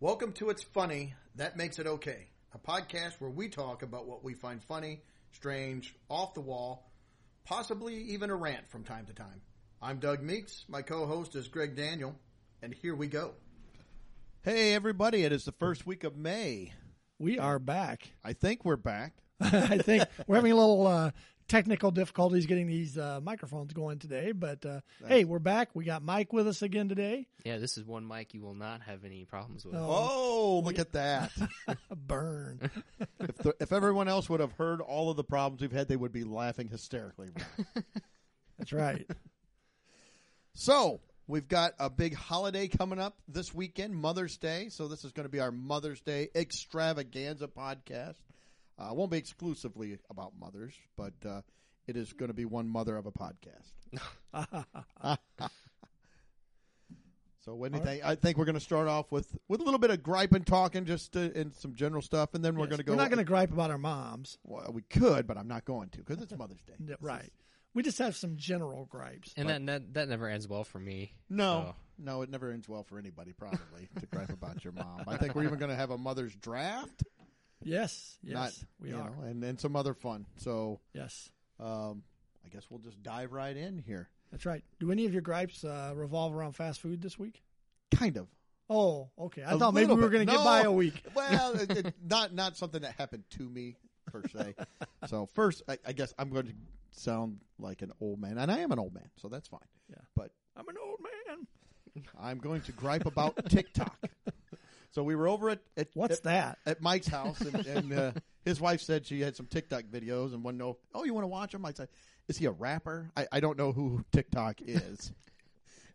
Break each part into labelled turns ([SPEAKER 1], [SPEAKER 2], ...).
[SPEAKER 1] Welcome to It's Funny, That Makes It Okay, a podcast where we talk about what we find funny, strange, off the wall, possibly even a rant from time to time. I'm Doug Meeks, my co host is Greg Daniel, and here we go.
[SPEAKER 2] Hey, everybody, it is the first week of May.
[SPEAKER 3] We are back.
[SPEAKER 2] I think we're back.
[SPEAKER 3] I think we're having a little uh, technical difficulties getting these uh, microphones going today, but uh, hey, we're back. We got Mike with us again today.
[SPEAKER 4] Yeah, this is one mic you will not have any problems with.
[SPEAKER 2] Oh, look at that.
[SPEAKER 3] Burn.
[SPEAKER 2] if, the, if everyone else would have heard all of the problems we've had, they would be laughing hysterically.
[SPEAKER 3] That's right.
[SPEAKER 2] so, we've got a big holiday coming up this weekend, Mother's Day. So, this is going to be our Mother's Day extravaganza podcast. Uh, it won't be exclusively about mothers, but uh, it is going to be one mother of a podcast. So what do you
[SPEAKER 3] All
[SPEAKER 2] think? I think we're going to start off with, with a little bit of gripe and talking, just to, and some general stuff, and then we're going to go.
[SPEAKER 3] We're not going to gripe about our moms.
[SPEAKER 2] Well, we could, but I'm not going to because it's Mother's Day.
[SPEAKER 3] No, Right. We just have some general gripes.
[SPEAKER 4] and that, that that never ends well for me.
[SPEAKER 2] No,
[SPEAKER 4] So,
[SPEAKER 2] no, it never ends well for anybody. Probably to gripe about your mom. I think we're even going to have a mother's draft.
[SPEAKER 3] Yes. Yes.
[SPEAKER 2] Not-
[SPEAKER 3] we
[SPEAKER 2] you
[SPEAKER 3] are.
[SPEAKER 2] know, and then some other fun. So,
[SPEAKER 3] Yes.
[SPEAKER 2] um, I guess we'll just dive right in here.
[SPEAKER 3] That's right. Do any of your gripes uh, revolve around fast food this week?
[SPEAKER 2] Kind of.
[SPEAKER 3] Oh, okay. I
[SPEAKER 2] A
[SPEAKER 3] thought maybe
[SPEAKER 2] little
[SPEAKER 3] we were
[SPEAKER 2] bit.
[SPEAKER 3] going to
[SPEAKER 2] No.
[SPEAKER 3] get by a week.
[SPEAKER 2] Well, it, it- not not something that happened to me per se. so first, I, I guess I'm going to sound like an old man, and I am an old man, so that's fine.
[SPEAKER 3] Yeah.
[SPEAKER 2] But
[SPEAKER 3] I'm an old man.
[SPEAKER 2] I'm going to gripe about TikTok. So we were over at, at
[SPEAKER 3] What's
[SPEAKER 2] at,
[SPEAKER 3] that?
[SPEAKER 2] at Mike's house, and, and uh, his wife said she had some TikTok videos and wanted to know, oh, you want to watch them? I said, is he a rapper? I, I don't know who TikTok is.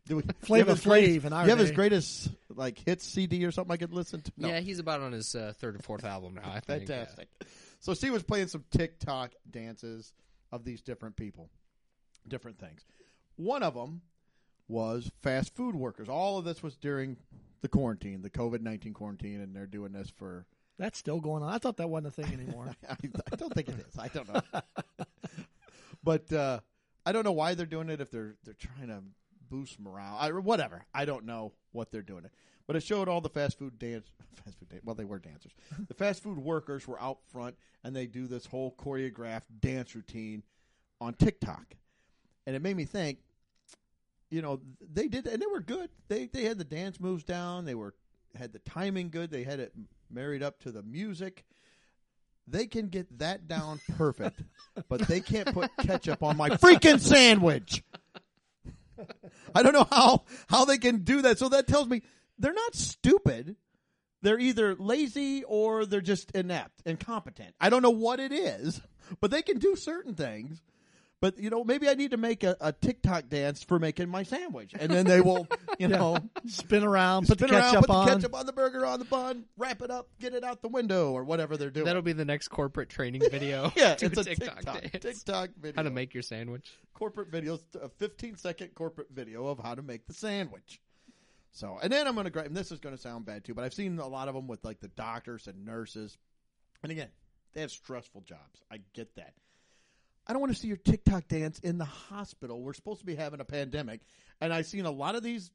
[SPEAKER 2] Do we, do you have
[SPEAKER 3] Flavor
[SPEAKER 2] his greatest-
[SPEAKER 3] Flav in our
[SPEAKER 2] you have his
[SPEAKER 3] day.
[SPEAKER 2] greatest like hits CD or something I could listen to? No.
[SPEAKER 4] Yeah, he's about on his uh, third or fourth album now. I think.
[SPEAKER 2] Fantastic. So she was playing some TikTok dances of these different people, different things. One of them was fast food workers. All of this was during the quarantine, the COVID 19 quarantine, and they're doing this for.
[SPEAKER 3] That's still going on. I thought that wasn't a thing anymore.
[SPEAKER 2] I, I don't think it is. I don't know. but uh, I don't know why they're doing it if they're they're trying to boost morale. I, whatever. I don't know what they're doing it. But it showed all the fast food dance, fast food dan- well, they were dancers. The fast food workers were out front and they do this whole choreographed dance routine on TikTok. And it made me think, you know, they did, and they were good. They, they had the dance moves down. They were, had the timing good. They had it married up to the music. They can get that down perfect, but they can't put ketchup on my freaking sandwich. I don't know how how they can do that. So that tells me they're not stupid. They're either lazy or they're just inept, incompetent. I don't know what it is, but they can do certain things. But you know, maybe I need to make a, a TikTok dance for making my sandwich, and then they will, you know,
[SPEAKER 3] Spin around, put
[SPEAKER 2] spin
[SPEAKER 3] the
[SPEAKER 2] around,
[SPEAKER 3] ketchup
[SPEAKER 2] put the
[SPEAKER 3] on.
[SPEAKER 2] ketchup on the burger, on the bun, wrap it up, get it out the window, or whatever they're doing.
[SPEAKER 4] That'll be the next corporate training video.
[SPEAKER 2] yeah,
[SPEAKER 4] Do
[SPEAKER 2] it's a
[SPEAKER 4] TikTok
[SPEAKER 2] TikTok,
[SPEAKER 4] dance.
[SPEAKER 2] TikTok video.
[SPEAKER 4] How to make your sandwich.
[SPEAKER 2] corporate videos, a 15 second corporate video of how to make the sandwich. So, and then I'm going to grab, and this is going to sound bad too, but I've seen a lot of them with like the doctors and nurses. And again, they have stressful jobs. I get that. I don't want to see your TikTok dance in the hospital. We're supposed to be having a pandemic. And I've seen a lot of these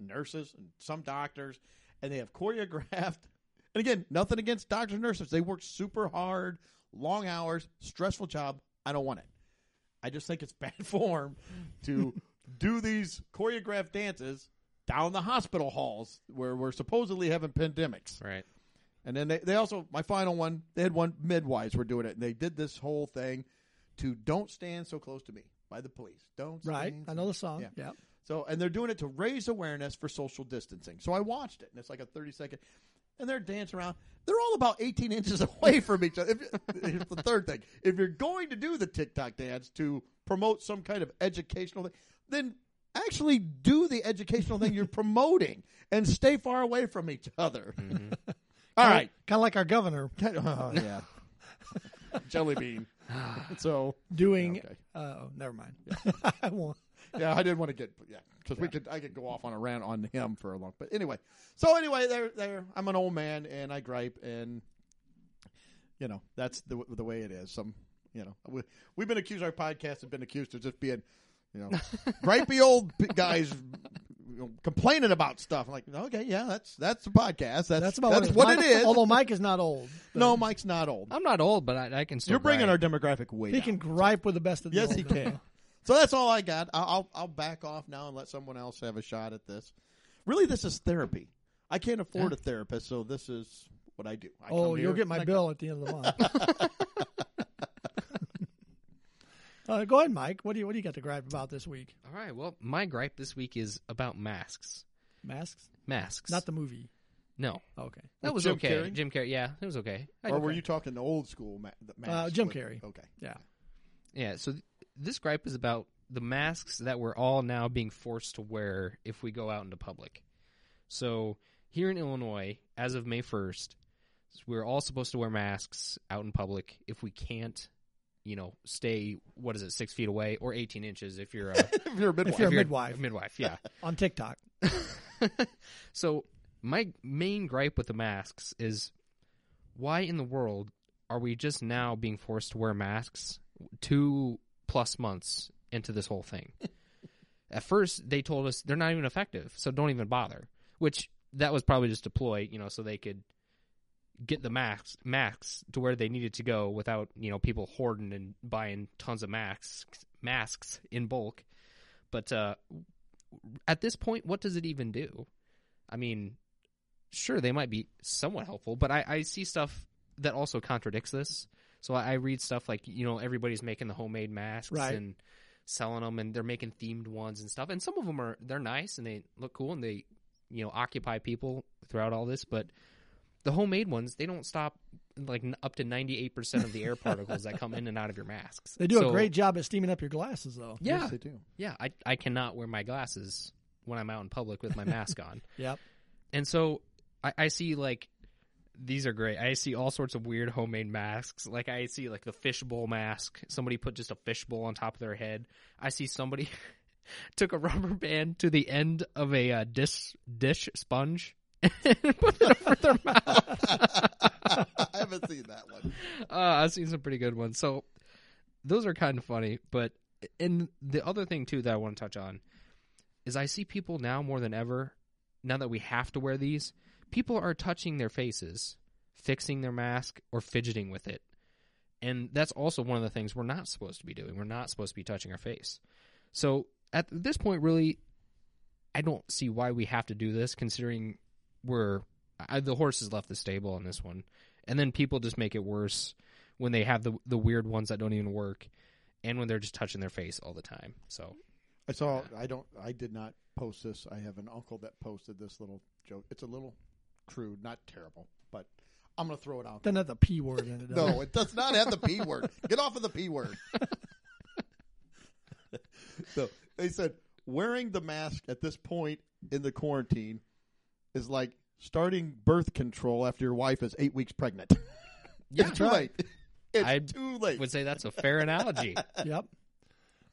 [SPEAKER 2] nurses and some doctors, and they have choreographed. And again, nothing against doctors and nurses. They work super hard, long hours, stressful job. I don't want it. I just think it's bad form to do these choreographed dances down the hospital halls where we're supposedly having pandemics.
[SPEAKER 4] Right.
[SPEAKER 2] And then they, they also, my final one, they had one, midwives were doing it. And they did this whole thing to Don't Stand So Close to Me by the police. Don't
[SPEAKER 3] Right.
[SPEAKER 2] stand
[SPEAKER 3] I
[SPEAKER 2] so
[SPEAKER 3] know the song.
[SPEAKER 2] Yeah.
[SPEAKER 3] Yeah.
[SPEAKER 2] so, and they're doing it to raise awareness for social distancing. So I watched it, and it's like a 30 second, and they're dancing around. They're all about 18 inches away from each other. If, here's the third thing. If you're going to do the TikTok dance to promote some kind of educational thing, then actually do the educational thing you're promoting and stay far away from each other. All right.
[SPEAKER 3] Kind of like our governor
[SPEAKER 2] Oh, yeah. Jelly bean. So,
[SPEAKER 3] doing.
[SPEAKER 2] Okay.
[SPEAKER 3] Oh, never mind. I won't.
[SPEAKER 2] yeah, I didn't want to get yeah because we could I could go off on a rant on him for a long. But anyway, so anyway, there there I'm an old man and I gripe and you know that's the the way it is. Some you know we, we've been accused our podcast has been accused of just being you know gripey old p- guys you know, complaining about stuff. I'm like, okay, yeah, that's that's the podcast. That's
[SPEAKER 3] That's about
[SPEAKER 2] that's
[SPEAKER 3] what,
[SPEAKER 2] what it is.
[SPEAKER 3] Although Mike is not old, but
[SPEAKER 2] no, Mike's not old.
[SPEAKER 4] I'm not old, but I, I can still.
[SPEAKER 2] You're bringing
[SPEAKER 4] gripe.
[SPEAKER 2] our demographic way
[SPEAKER 3] he
[SPEAKER 2] down.
[SPEAKER 3] can gripe with the best of the
[SPEAKER 2] Yes,
[SPEAKER 3] old
[SPEAKER 2] he
[SPEAKER 3] men.
[SPEAKER 2] can. So that's all I got. I- I'll I'll back off now and let someone else have a shot at this. Really, this is therapy. I can't afford a therapist, so this is what I do. I come
[SPEAKER 3] Oh,
[SPEAKER 2] here
[SPEAKER 3] you'll get my
[SPEAKER 2] and I-
[SPEAKER 3] bill at the end of the month. uh, go ahead, Mike. What do you what do you got to gripe about this week?
[SPEAKER 4] All right. Well, my gripe this week is about masks.
[SPEAKER 3] Masks,
[SPEAKER 4] Masks.
[SPEAKER 3] not the movie.
[SPEAKER 4] No,
[SPEAKER 3] Okay.
[SPEAKER 4] that
[SPEAKER 2] With
[SPEAKER 4] was
[SPEAKER 2] Jim
[SPEAKER 4] okay.
[SPEAKER 2] Carrey?
[SPEAKER 4] Jim Carrey. Yeah, it was okay. I-
[SPEAKER 2] Or were you talking the old school ma- the mask
[SPEAKER 3] Uh, Jim
[SPEAKER 2] with-
[SPEAKER 3] Carrey.
[SPEAKER 2] Okay.
[SPEAKER 3] Yeah.
[SPEAKER 4] Yeah. So th- this gripe is about the masks that we're all now being forced to wear if we go out into public. So here in Illinois, as of May first, we're all supposed to wear masks out in public if we can't, you know, stay what is it six feet away or eighteen inches if you're a,
[SPEAKER 2] If you're a midwife,
[SPEAKER 3] If you're a
[SPEAKER 4] if you're
[SPEAKER 3] midwife
[SPEAKER 4] A midwife, yeah.
[SPEAKER 3] on TikTok,
[SPEAKER 4] so my main gripe with the masks is why in the world are we just now being forced to wear masks two plus months into this whole thing? At first, they told us they're not even effective, so don't even bother. Which that was probably just deploy, you know, so they could get the masks masks to where they needed to go without you know people hoarding and buying tons of masks masks in bulk. But uh, at this point, what does it even do? I mean, sure, they might be somewhat helpful, but I, I see stuff that also contradicts this. So I, I read stuff like, you know, everybody's making the homemade masks
[SPEAKER 3] Right.
[SPEAKER 4] and selling them and they're making themed ones and stuff. And some of them are, they're nice and they look cool and they, you know, occupy people throughout all this. But the homemade ones, they don't stop like n- up to 98% of the air particles that come in and out of your masks.
[SPEAKER 3] they do
[SPEAKER 4] So-
[SPEAKER 3] a great job at steaming up your glasses, though.
[SPEAKER 4] Yeah.
[SPEAKER 2] Yes, they do.
[SPEAKER 4] Yeah, I I cannot wear my glasses when I'm out in public with my mask on.
[SPEAKER 3] Yep.
[SPEAKER 4] And so I, I see like these are great. I see all sorts of weird homemade masks. Like I see like the fishbowl mask. Somebody put just a fishbowl on top of their head. I see somebody took a rubber band to the end of a uh, dish dish sponge and put it over their mouth.
[SPEAKER 2] I haven't seen that one.
[SPEAKER 4] Uh, I've seen some pretty good ones. So those are kind of funny. But and the other thing too that I want to touch on is I see people now more than ever. Now that we have to wear these, people are touching their faces, fixing their mask, or fidgeting with it. And that's also one of the things we're not supposed to be doing. We're not supposed to be touching our face. So at this point, really, I don't see why we have to do this, considering we're I, the horse has left the stable on this one. And then people just make it worse when they have the the weird ones that don't even work, and when they're just touching their face all the time. So
[SPEAKER 2] I saw. I don't. I did not post this. I have an uncle that posted this little joke. It's a little crude, not terrible, but I'm going to throw it out. there.
[SPEAKER 3] Doesn't have the p word in it. does
[SPEAKER 2] No, it does not have the P word. Get off of the P word. so they said wearing the mask at this point in the quarantine is like starting birth control after your wife is eight weeks pregnant.
[SPEAKER 4] Yeah.
[SPEAKER 2] it's too late. It's
[SPEAKER 4] I
[SPEAKER 2] too late.
[SPEAKER 4] would say that's a fair analogy.
[SPEAKER 3] it? Yep.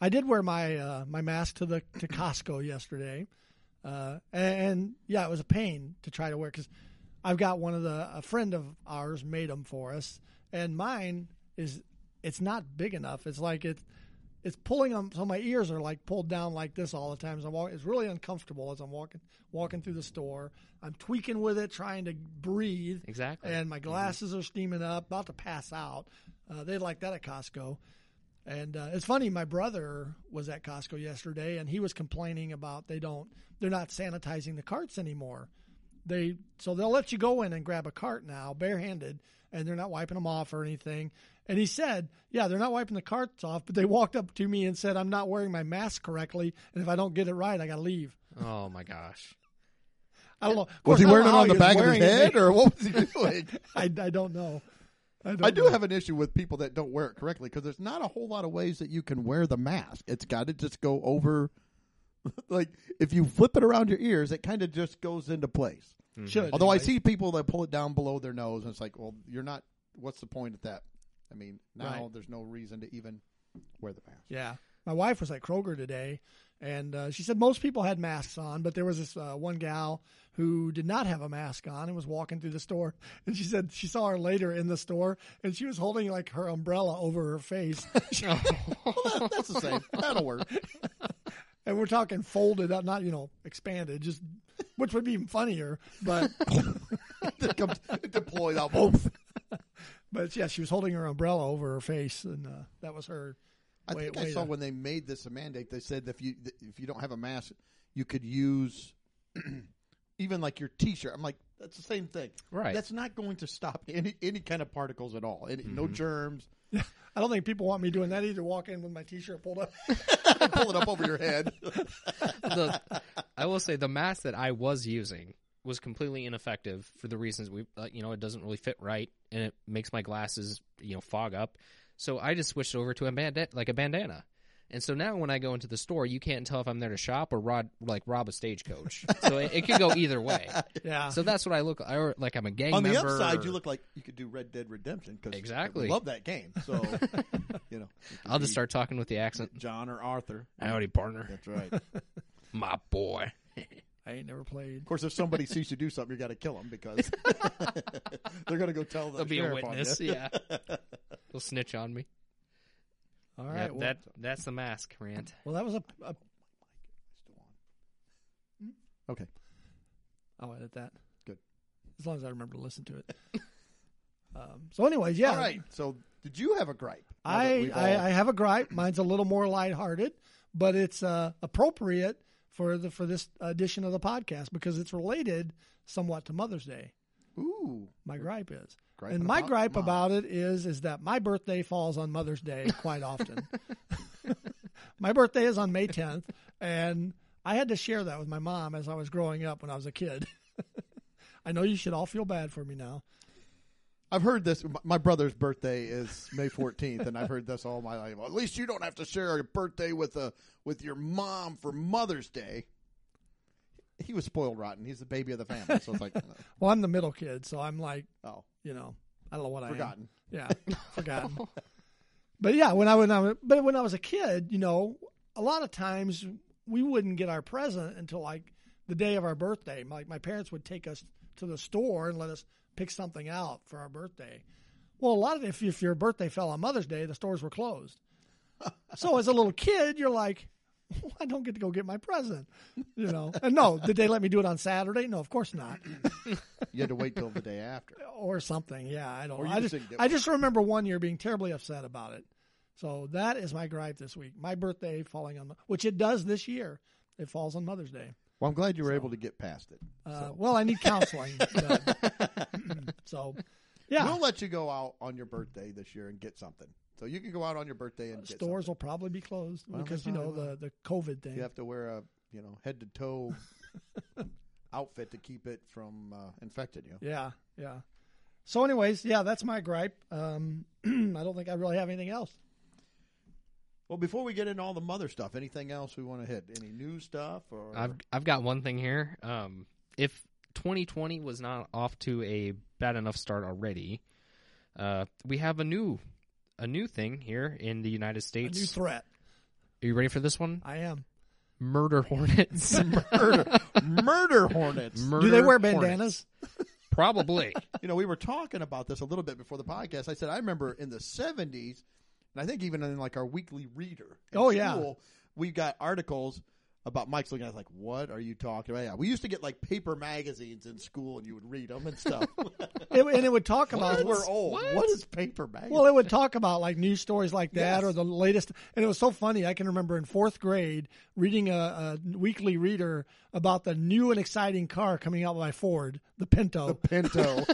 [SPEAKER 3] I did wear my uh, my mask to the to Costco yesterday, uh, and, and yeah, it was a pain to try to wear because I've got one of the a friend of ours made them for us, and mine is it's not big enough. It's like it it's pulling on so my ears are like pulled down like this all the time as I'm walking. It's really uncomfortable as I'm walking walking through the store. I'm tweaking with it, trying to breathe.
[SPEAKER 4] Exactly.
[SPEAKER 2] Uh-huh.
[SPEAKER 3] And
[SPEAKER 2] Mm-hmm.
[SPEAKER 3] my glasses are steaming up, about to pass out. Uh, they like that at Costco. And uh, it's funny, my brother was at Costco yesterday, and he was complaining about they don't, they're not sanitizing the carts anymore. They so they'll let you go in and grab a cart now, barehanded, and they're not wiping them off or anything. And he said, "Yeah, they're not wiping the carts off, but they walked up to me and said I'm not wearing my mask correctly, and if I don't get it right, I got to leave."
[SPEAKER 4] oh my gosh.
[SPEAKER 3] I don't know. Of
[SPEAKER 2] was
[SPEAKER 3] course,
[SPEAKER 2] he
[SPEAKER 3] I don't
[SPEAKER 2] wearing
[SPEAKER 3] know
[SPEAKER 2] it
[SPEAKER 3] how
[SPEAKER 2] on the
[SPEAKER 3] was
[SPEAKER 2] back of his
[SPEAKER 3] wearing it.
[SPEAKER 2] head, or what was he doing?
[SPEAKER 3] I, I don't know. don't
[SPEAKER 2] I do
[SPEAKER 3] know.
[SPEAKER 2] have an issue with people that don't wear it correctly because there's not a whole lot of ways that you can wear the mask. It's got to just go over, like if you flip it around your ears, it kind of just goes into place.
[SPEAKER 3] Should
[SPEAKER 2] Although I
[SPEAKER 3] anyway.
[SPEAKER 2] see people that pull it down below their nose, and it's like, well, you're not. What's the point of that? I mean, now
[SPEAKER 3] Right.
[SPEAKER 2] there's no reason to even wear the mask.
[SPEAKER 3] Yeah. My wife was at Kroger today, and uh, she said most people had masks on, but there was this uh, one gal who did not have a mask on and was walking through the store. And she said she saw her later in the store, and she was holding like her umbrella over her face.
[SPEAKER 2] That's the same. That'll work.
[SPEAKER 3] and we're talking folded up, not you know expanded, just which would be even funnier. But
[SPEAKER 2] It comes- it deploys out both.
[SPEAKER 3] but yeah, she was holding her umbrella over her face, and uh, that was her.
[SPEAKER 2] I
[SPEAKER 3] way-
[SPEAKER 2] think I
[SPEAKER 3] way
[SPEAKER 2] saw
[SPEAKER 3] to-
[SPEAKER 2] when they made this a mandate, they said if you if you don't have a mask, you could use even like your T-shirt. I'm like, that's the same thing,
[SPEAKER 4] Right.
[SPEAKER 2] That's not going to stop any any kind of particles at all. Any,
[SPEAKER 4] Mm-hmm.
[SPEAKER 2] No germs.
[SPEAKER 3] I don't think people want me doing that either. Walk in with my T-shirt pulled up.
[SPEAKER 2] Pull it up over your head.
[SPEAKER 4] the, I will say the mask that I was using was completely ineffective for the reasons we, uh, you know, it doesn't really fit right, and it makes my glasses, you know, fog up. So I just switched over to a bandana, like a bandana. And so now when I go into the store, you can't tell if I'm there to shop or rod, like rob a stagecoach. So it, it could go either way.
[SPEAKER 3] Yeah,
[SPEAKER 4] So that's what I look I- or like. I'm a gang
[SPEAKER 2] On the
[SPEAKER 4] member.
[SPEAKER 2] upside,
[SPEAKER 4] or-
[SPEAKER 2] you look like you could do Red Dead Redemption because
[SPEAKER 4] Exactly.
[SPEAKER 2] love that game. So you know, you could
[SPEAKER 4] I'll just
[SPEAKER 2] be
[SPEAKER 4] start talking with the accent.
[SPEAKER 2] John or Arthur.
[SPEAKER 4] Howdy, partner.
[SPEAKER 2] That's right. of
[SPEAKER 4] My boy.
[SPEAKER 3] I ain't never played.
[SPEAKER 2] course, if somebody sees you do something, you got to kill them because they're going to go tell the
[SPEAKER 4] There'll be a
[SPEAKER 2] sheriff on you.
[SPEAKER 4] witness. Yeah. They'll snitch on me.
[SPEAKER 3] All
[SPEAKER 4] All
[SPEAKER 3] right,
[SPEAKER 4] right.
[SPEAKER 3] well,
[SPEAKER 4] that that's the mask rant.
[SPEAKER 3] well, that was a. a
[SPEAKER 2] Hmm? Okay.
[SPEAKER 3] I'll edit that.
[SPEAKER 2] Good.
[SPEAKER 3] as long as I remember to listen to it. um, so, anyways, yeah,
[SPEAKER 2] All right. So, did you have a gripe? Now that
[SPEAKER 3] I,
[SPEAKER 2] we've all-
[SPEAKER 3] I, I have a gripe. Mine's a little more lighthearted, but it's uh, appropriate for the for this edition of the podcast because it's related somewhat to Mother's Day.
[SPEAKER 2] ooh,
[SPEAKER 3] My gripe is,
[SPEAKER 2] Griping
[SPEAKER 3] and my
[SPEAKER 2] about
[SPEAKER 3] gripe
[SPEAKER 2] mom.
[SPEAKER 3] about it is, is that my birthday falls on Mother's Day quite often. my birthday is on May 10th, and I had to share that with my mom as I was growing up when I was a kid. I know you should all feel bad for me now.
[SPEAKER 2] I've heard this. my- My brother's birthday is May 14th, and I've heard this all my life. Well, at least you don't have to share a birthday with a with your mom for Mother's Day. He was spoiled rotten. He's the baby of the family, so it's like, uh,
[SPEAKER 3] Well, I'm the middle kid, so I'm like,
[SPEAKER 2] oh,
[SPEAKER 3] you know, I don't know what I am.
[SPEAKER 2] forgotten.
[SPEAKER 3] Yeah, forgotten. but yeah, when I when I was- but when I was a kid, you know, a lot of times we wouldn't get our present until like the day of our birthday. Like my parents would take us to the store and let us pick something out for our birthday. Well, a lot of if if your birthday fell on Mother's Day, the stores were closed. So as a little kid, you're like, I don't get to go get my present, you know. And no, did they let me do it on Saturday? No, of course not
[SPEAKER 2] You had to wait till the day after.
[SPEAKER 3] or something. Yeah, I don't.
[SPEAKER 2] Or
[SPEAKER 3] know.
[SPEAKER 2] you
[SPEAKER 3] I
[SPEAKER 2] just
[SPEAKER 3] just
[SPEAKER 2] didn't do
[SPEAKER 3] I
[SPEAKER 2] it.
[SPEAKER 3] just remember one year being terribly upset about it. So that is my gripe this week. My birthday falling on, which it does this year. It falls on Mother's Day.
[SPEAKER 2] Well, I'm glad you were able to get past it.
[SPEAKER 3] Uh, Well, I need counseling. but- so, yeah,
[SPEAKER 2] We'll let you go out on your birthday this year and get something. So you can go out on your birthday and get
[SPEAKER 3] stores
[SPEAKER 2] something.
[SPEAKER 3] will probably be closed
[SPEAKER 2] Well,
[SPEAKER 3] because
[SPEAKER 2] that's
[SPEAKER 3] you
[SPEAKER 2] not
[SPEAKER 3] know the
[SPEAKER 2] allowed.
[SPEAKER 3] the COVID thing.
[SPEAKER 2] You have to wear a you know head to toe outfit to keep it from uh, infecting you.
[SPEAKER 3] Yeah, yeah. So, anyways, yeah, that's my gripe. Um, I don't think I really have anything else.
[SPEAKER 2] Well, before we get into all the mother stuff, anything else we want to hit? Any new stuff or
[SPEAKER 4] I've I've got one thing here. Um, if 2020 was not off to a bad enough start already, uh, we have a new a new thing here in the United
[SPEAKER 3] A
[SPEAKER 4] States.
[SPEAKER 3] new threat.
[SPEAKER 4] Are you ready for this one?
[SPEAKER 3] I am.
[SPEAKER 4] Murder hornets.
[SPEAKER 2] murder, murder hornets?
[SPEAKER 4] Murder
[SPEAKER 3] Do they wear
[SPEAKER 4] hornets.
[SPEAKER 3] bandanas?
[SPEAKER 4] Probably.
[SPEAKER 2] You know, we were talking about this a little bit before the podcast. I said I remember in the seventies, and I think even in like our weekly reader. in
[SPEAKER 3] Oh, yeah.
[SPEAKER 2] school, we got articles. About Mike's looking at us like, what are you talking about? Yeah, we used to get like paper magazines in school, and you would read them and stuff.
[SPEAKER 3] It, and it would talk about
[SPEAKER 2] Because we're old.
[SPEAKER 4] What?
[SPEAKER 2] what is paper magazine?
[SPEAKER 3] Well, it would talk about like news stories like that
[SPEAKER 2] Yes.
[SPEAKER 3] or the latest. And it was so funny. I can remember in fourth grade reading a, a weekly reader about the new and exciting car coming out by Ford, the Pinto.
[SPEAKER 2] Pinto.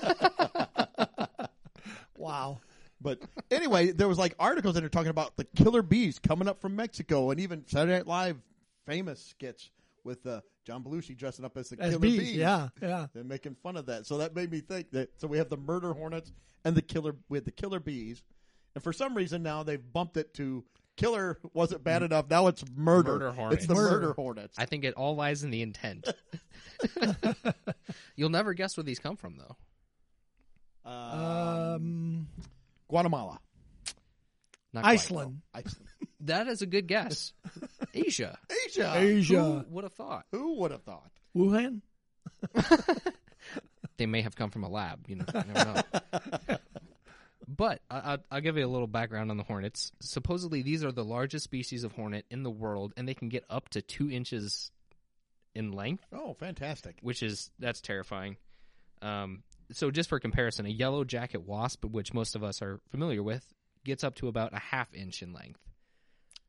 [SPEAKER 3] wow.
[SPEAKER 2] but anyway, there was like articles in there talking about the killer bees coming up from Mexico, and even Saturday Night Live famous skits with uh, John Belushi dressing up as the
[SPEAKER 3] As
[SPEAKER 2] killer
[SPEAKER 3] bees.
[SPEAKER 2] bees.
[SPEAKER 3] Yeah. Yeah.
[SPEAKER 2] They're making fun of that, so that made me think that. So we have the murder hornets and the killer. We had the killer bees, and for some reason now they've bumped it to killer wasn't bad enough. Now it's murder.
[SPEAKER 4] Murder hornets.
[SPEAKER 2] It's the
[SPEAKER 3] Murder.
[SPEAKER 2] murder, hornets.
[SPEAKER 4] I think it all lies in the intent. You'll never guess where these come from, though.
[SPEAKER 2] Uh,
[SPEAKER 3] Um,
[SPEAKER 2] Guatemala,
[SPEAKER 4] Not quite.
[SPEAKER 3] Iceland,
[SPEAKER 2] Iceland,
[SPEAKER 4] That is a good guess. Asia. Uh,
[SPEAKER 2] Asia.
[SPEAKER 3] Asia,
[SPEAKER 4] Who would have thought?
[SPEAKER 2] Who would have thought?
[SPEAKER 3] Wuhan.
[SPEAKER 4] they may have come from a lab. You know, you never know. But I, I'll, I'll give you a little background on the hornets. Supposedly, these are the largest species of hornet in the world, and they can get up to two inches in length,
[SPEAKER 2] Oh, fantastic.
[SPEAKER 4] which is that's terrifying. Um, so, just for comparison, a yellow jacket wasp, which most of us are familiar with, gets up to about a half inch in length.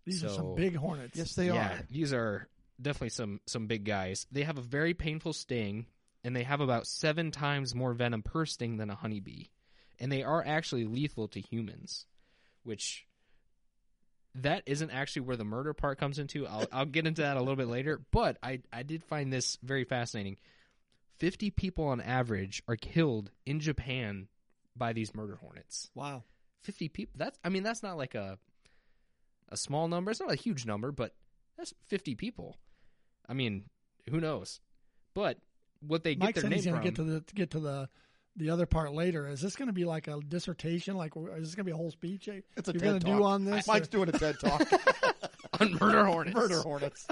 [SPEAKER 3] These are some
[SPEAKER 4] So-
[SPEAKER 3] big hornets.
[SPEAKER 2] Yes, they
[SPEAKER 4] yeah,
[SPEAKER 2] are.
[SPEAKER 4] These are definitely some some big guys. They have a very painful sting, and they have about seven times more venom per sting than a honeybee, and they are actually lethal to humans, which that isn't actually where the murder part comes into. I'll I'll get into that a little bit later, but I I did find this very fascinating. Fifty people on average are killed in Japan by these murder hornets.
[SPEAKER 3] Wow.
[SPEAKER 4] 50 people that's i mean that's not like a a small number it's not a huge number but that's 50 people i mean who knows but what they get
[SPEAKER 3] Mike
[SPEAKER 4] their
[SPEAKER 3] said
[SPEAKER 4] name
[SPEAKER 3] he's going
[SPEAKER 4] from
[SPEAKER 3] to get to the to get to the the other part later. Is this going to be like a dissertation? Like is this going to be a whole speech? eh,
[SPEAKER 2] It's a
[SPEAKER 3] you're
[SPEAKER 2] TED
[SPEAKER 3] going to do
[SPEAKER 2] Talk.
[SPEAKER 3] on this?
[SPEAKER 2] Mike's
[SPEAKER 3] or-
[SPEAKER 2] doing a TED talk.
[SPEAKER 4] on murder hornets
[SPEAKER 2] Murder hornets.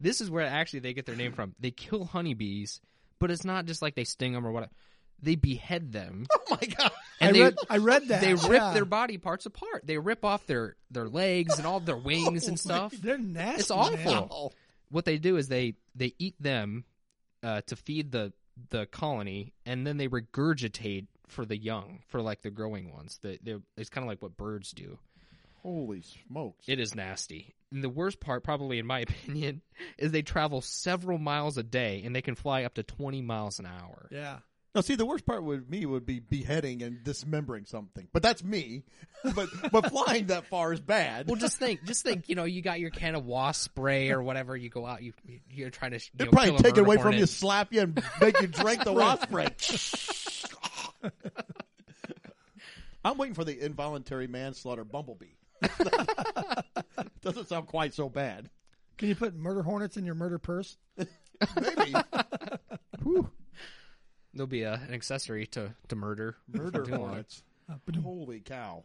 [SPEAKER 4] this is where actually they get their name from they kill honeybees but it's not just like they sting them or whatever they behead them
[SPEAKER 2] Oh my god.
[SPEAKER 4] and
[SPEAKER 3] I
[SPEAKER 4] they
[SPEAKER 3] read I read that
[SPEAKER 4] they rip
[SPEAKER 3] yeah.
[SPEAKER 4] their body parts apart they rip off their their legs and all their wings
[SPEAKER 3] Oh
[SPEAKER 4] and stuff
[SPEAKER 3] They're nasty.
[SPEAKER 4] It's awful.
[SPEAKER 3] man.
[SPEAKER 2] Wow.
[SPEAKER 4] what they do is they they eat them uh, to feed the the colony, and then they regurgitate for the young, for like the growing ones. The, they're- it's kind of like what birds do.
[SPEAKER 2] Holy smokes.
[SPEAKER 4] It is nasty. And the worst part, probably in my opinion, is they travel several miles a day, and they can fly up to twenty miles an hour.
[SPEAKER 3] Yeah.
[SPEAKER 2] Now, see, the worst part with me would be beheading and dismembering something, but that's me. but but flying that far is bad.
[SPEAKER 4] Well, just think, just think. You know, you got your can of wasp spray or whatever. You go out, you you're trying to. You
[SPEAKER 2] They'd
[SPEAKER 4] know,
[SPEAKER 2] probably
[SPEAKER 4] kill a
[SPEAKER 2] take it
[SPEAKER 4] murder
[SPEAKER 2] away from
[SPEAKER 4] hornet.
[SPEAKER 2] you, slap you, and make you drink the wasp spray. I'm waiting for the involuntary manslaughter bumblebee. Doesn't sound quite so bad.
[SPEAKER 3] Can you put murder hornets in your murder purse?
[SPEAKER 2] Maybe Whew.
[SPEAKER 4] There'll be a, an accessory to to murder.
[SPEAKER 2] murder
[SPEAKER 4] Too long.
[SPEAKER 2] hornets.
[SPEAKER 3] Uh,
[SPEAKER 2] Holy cow!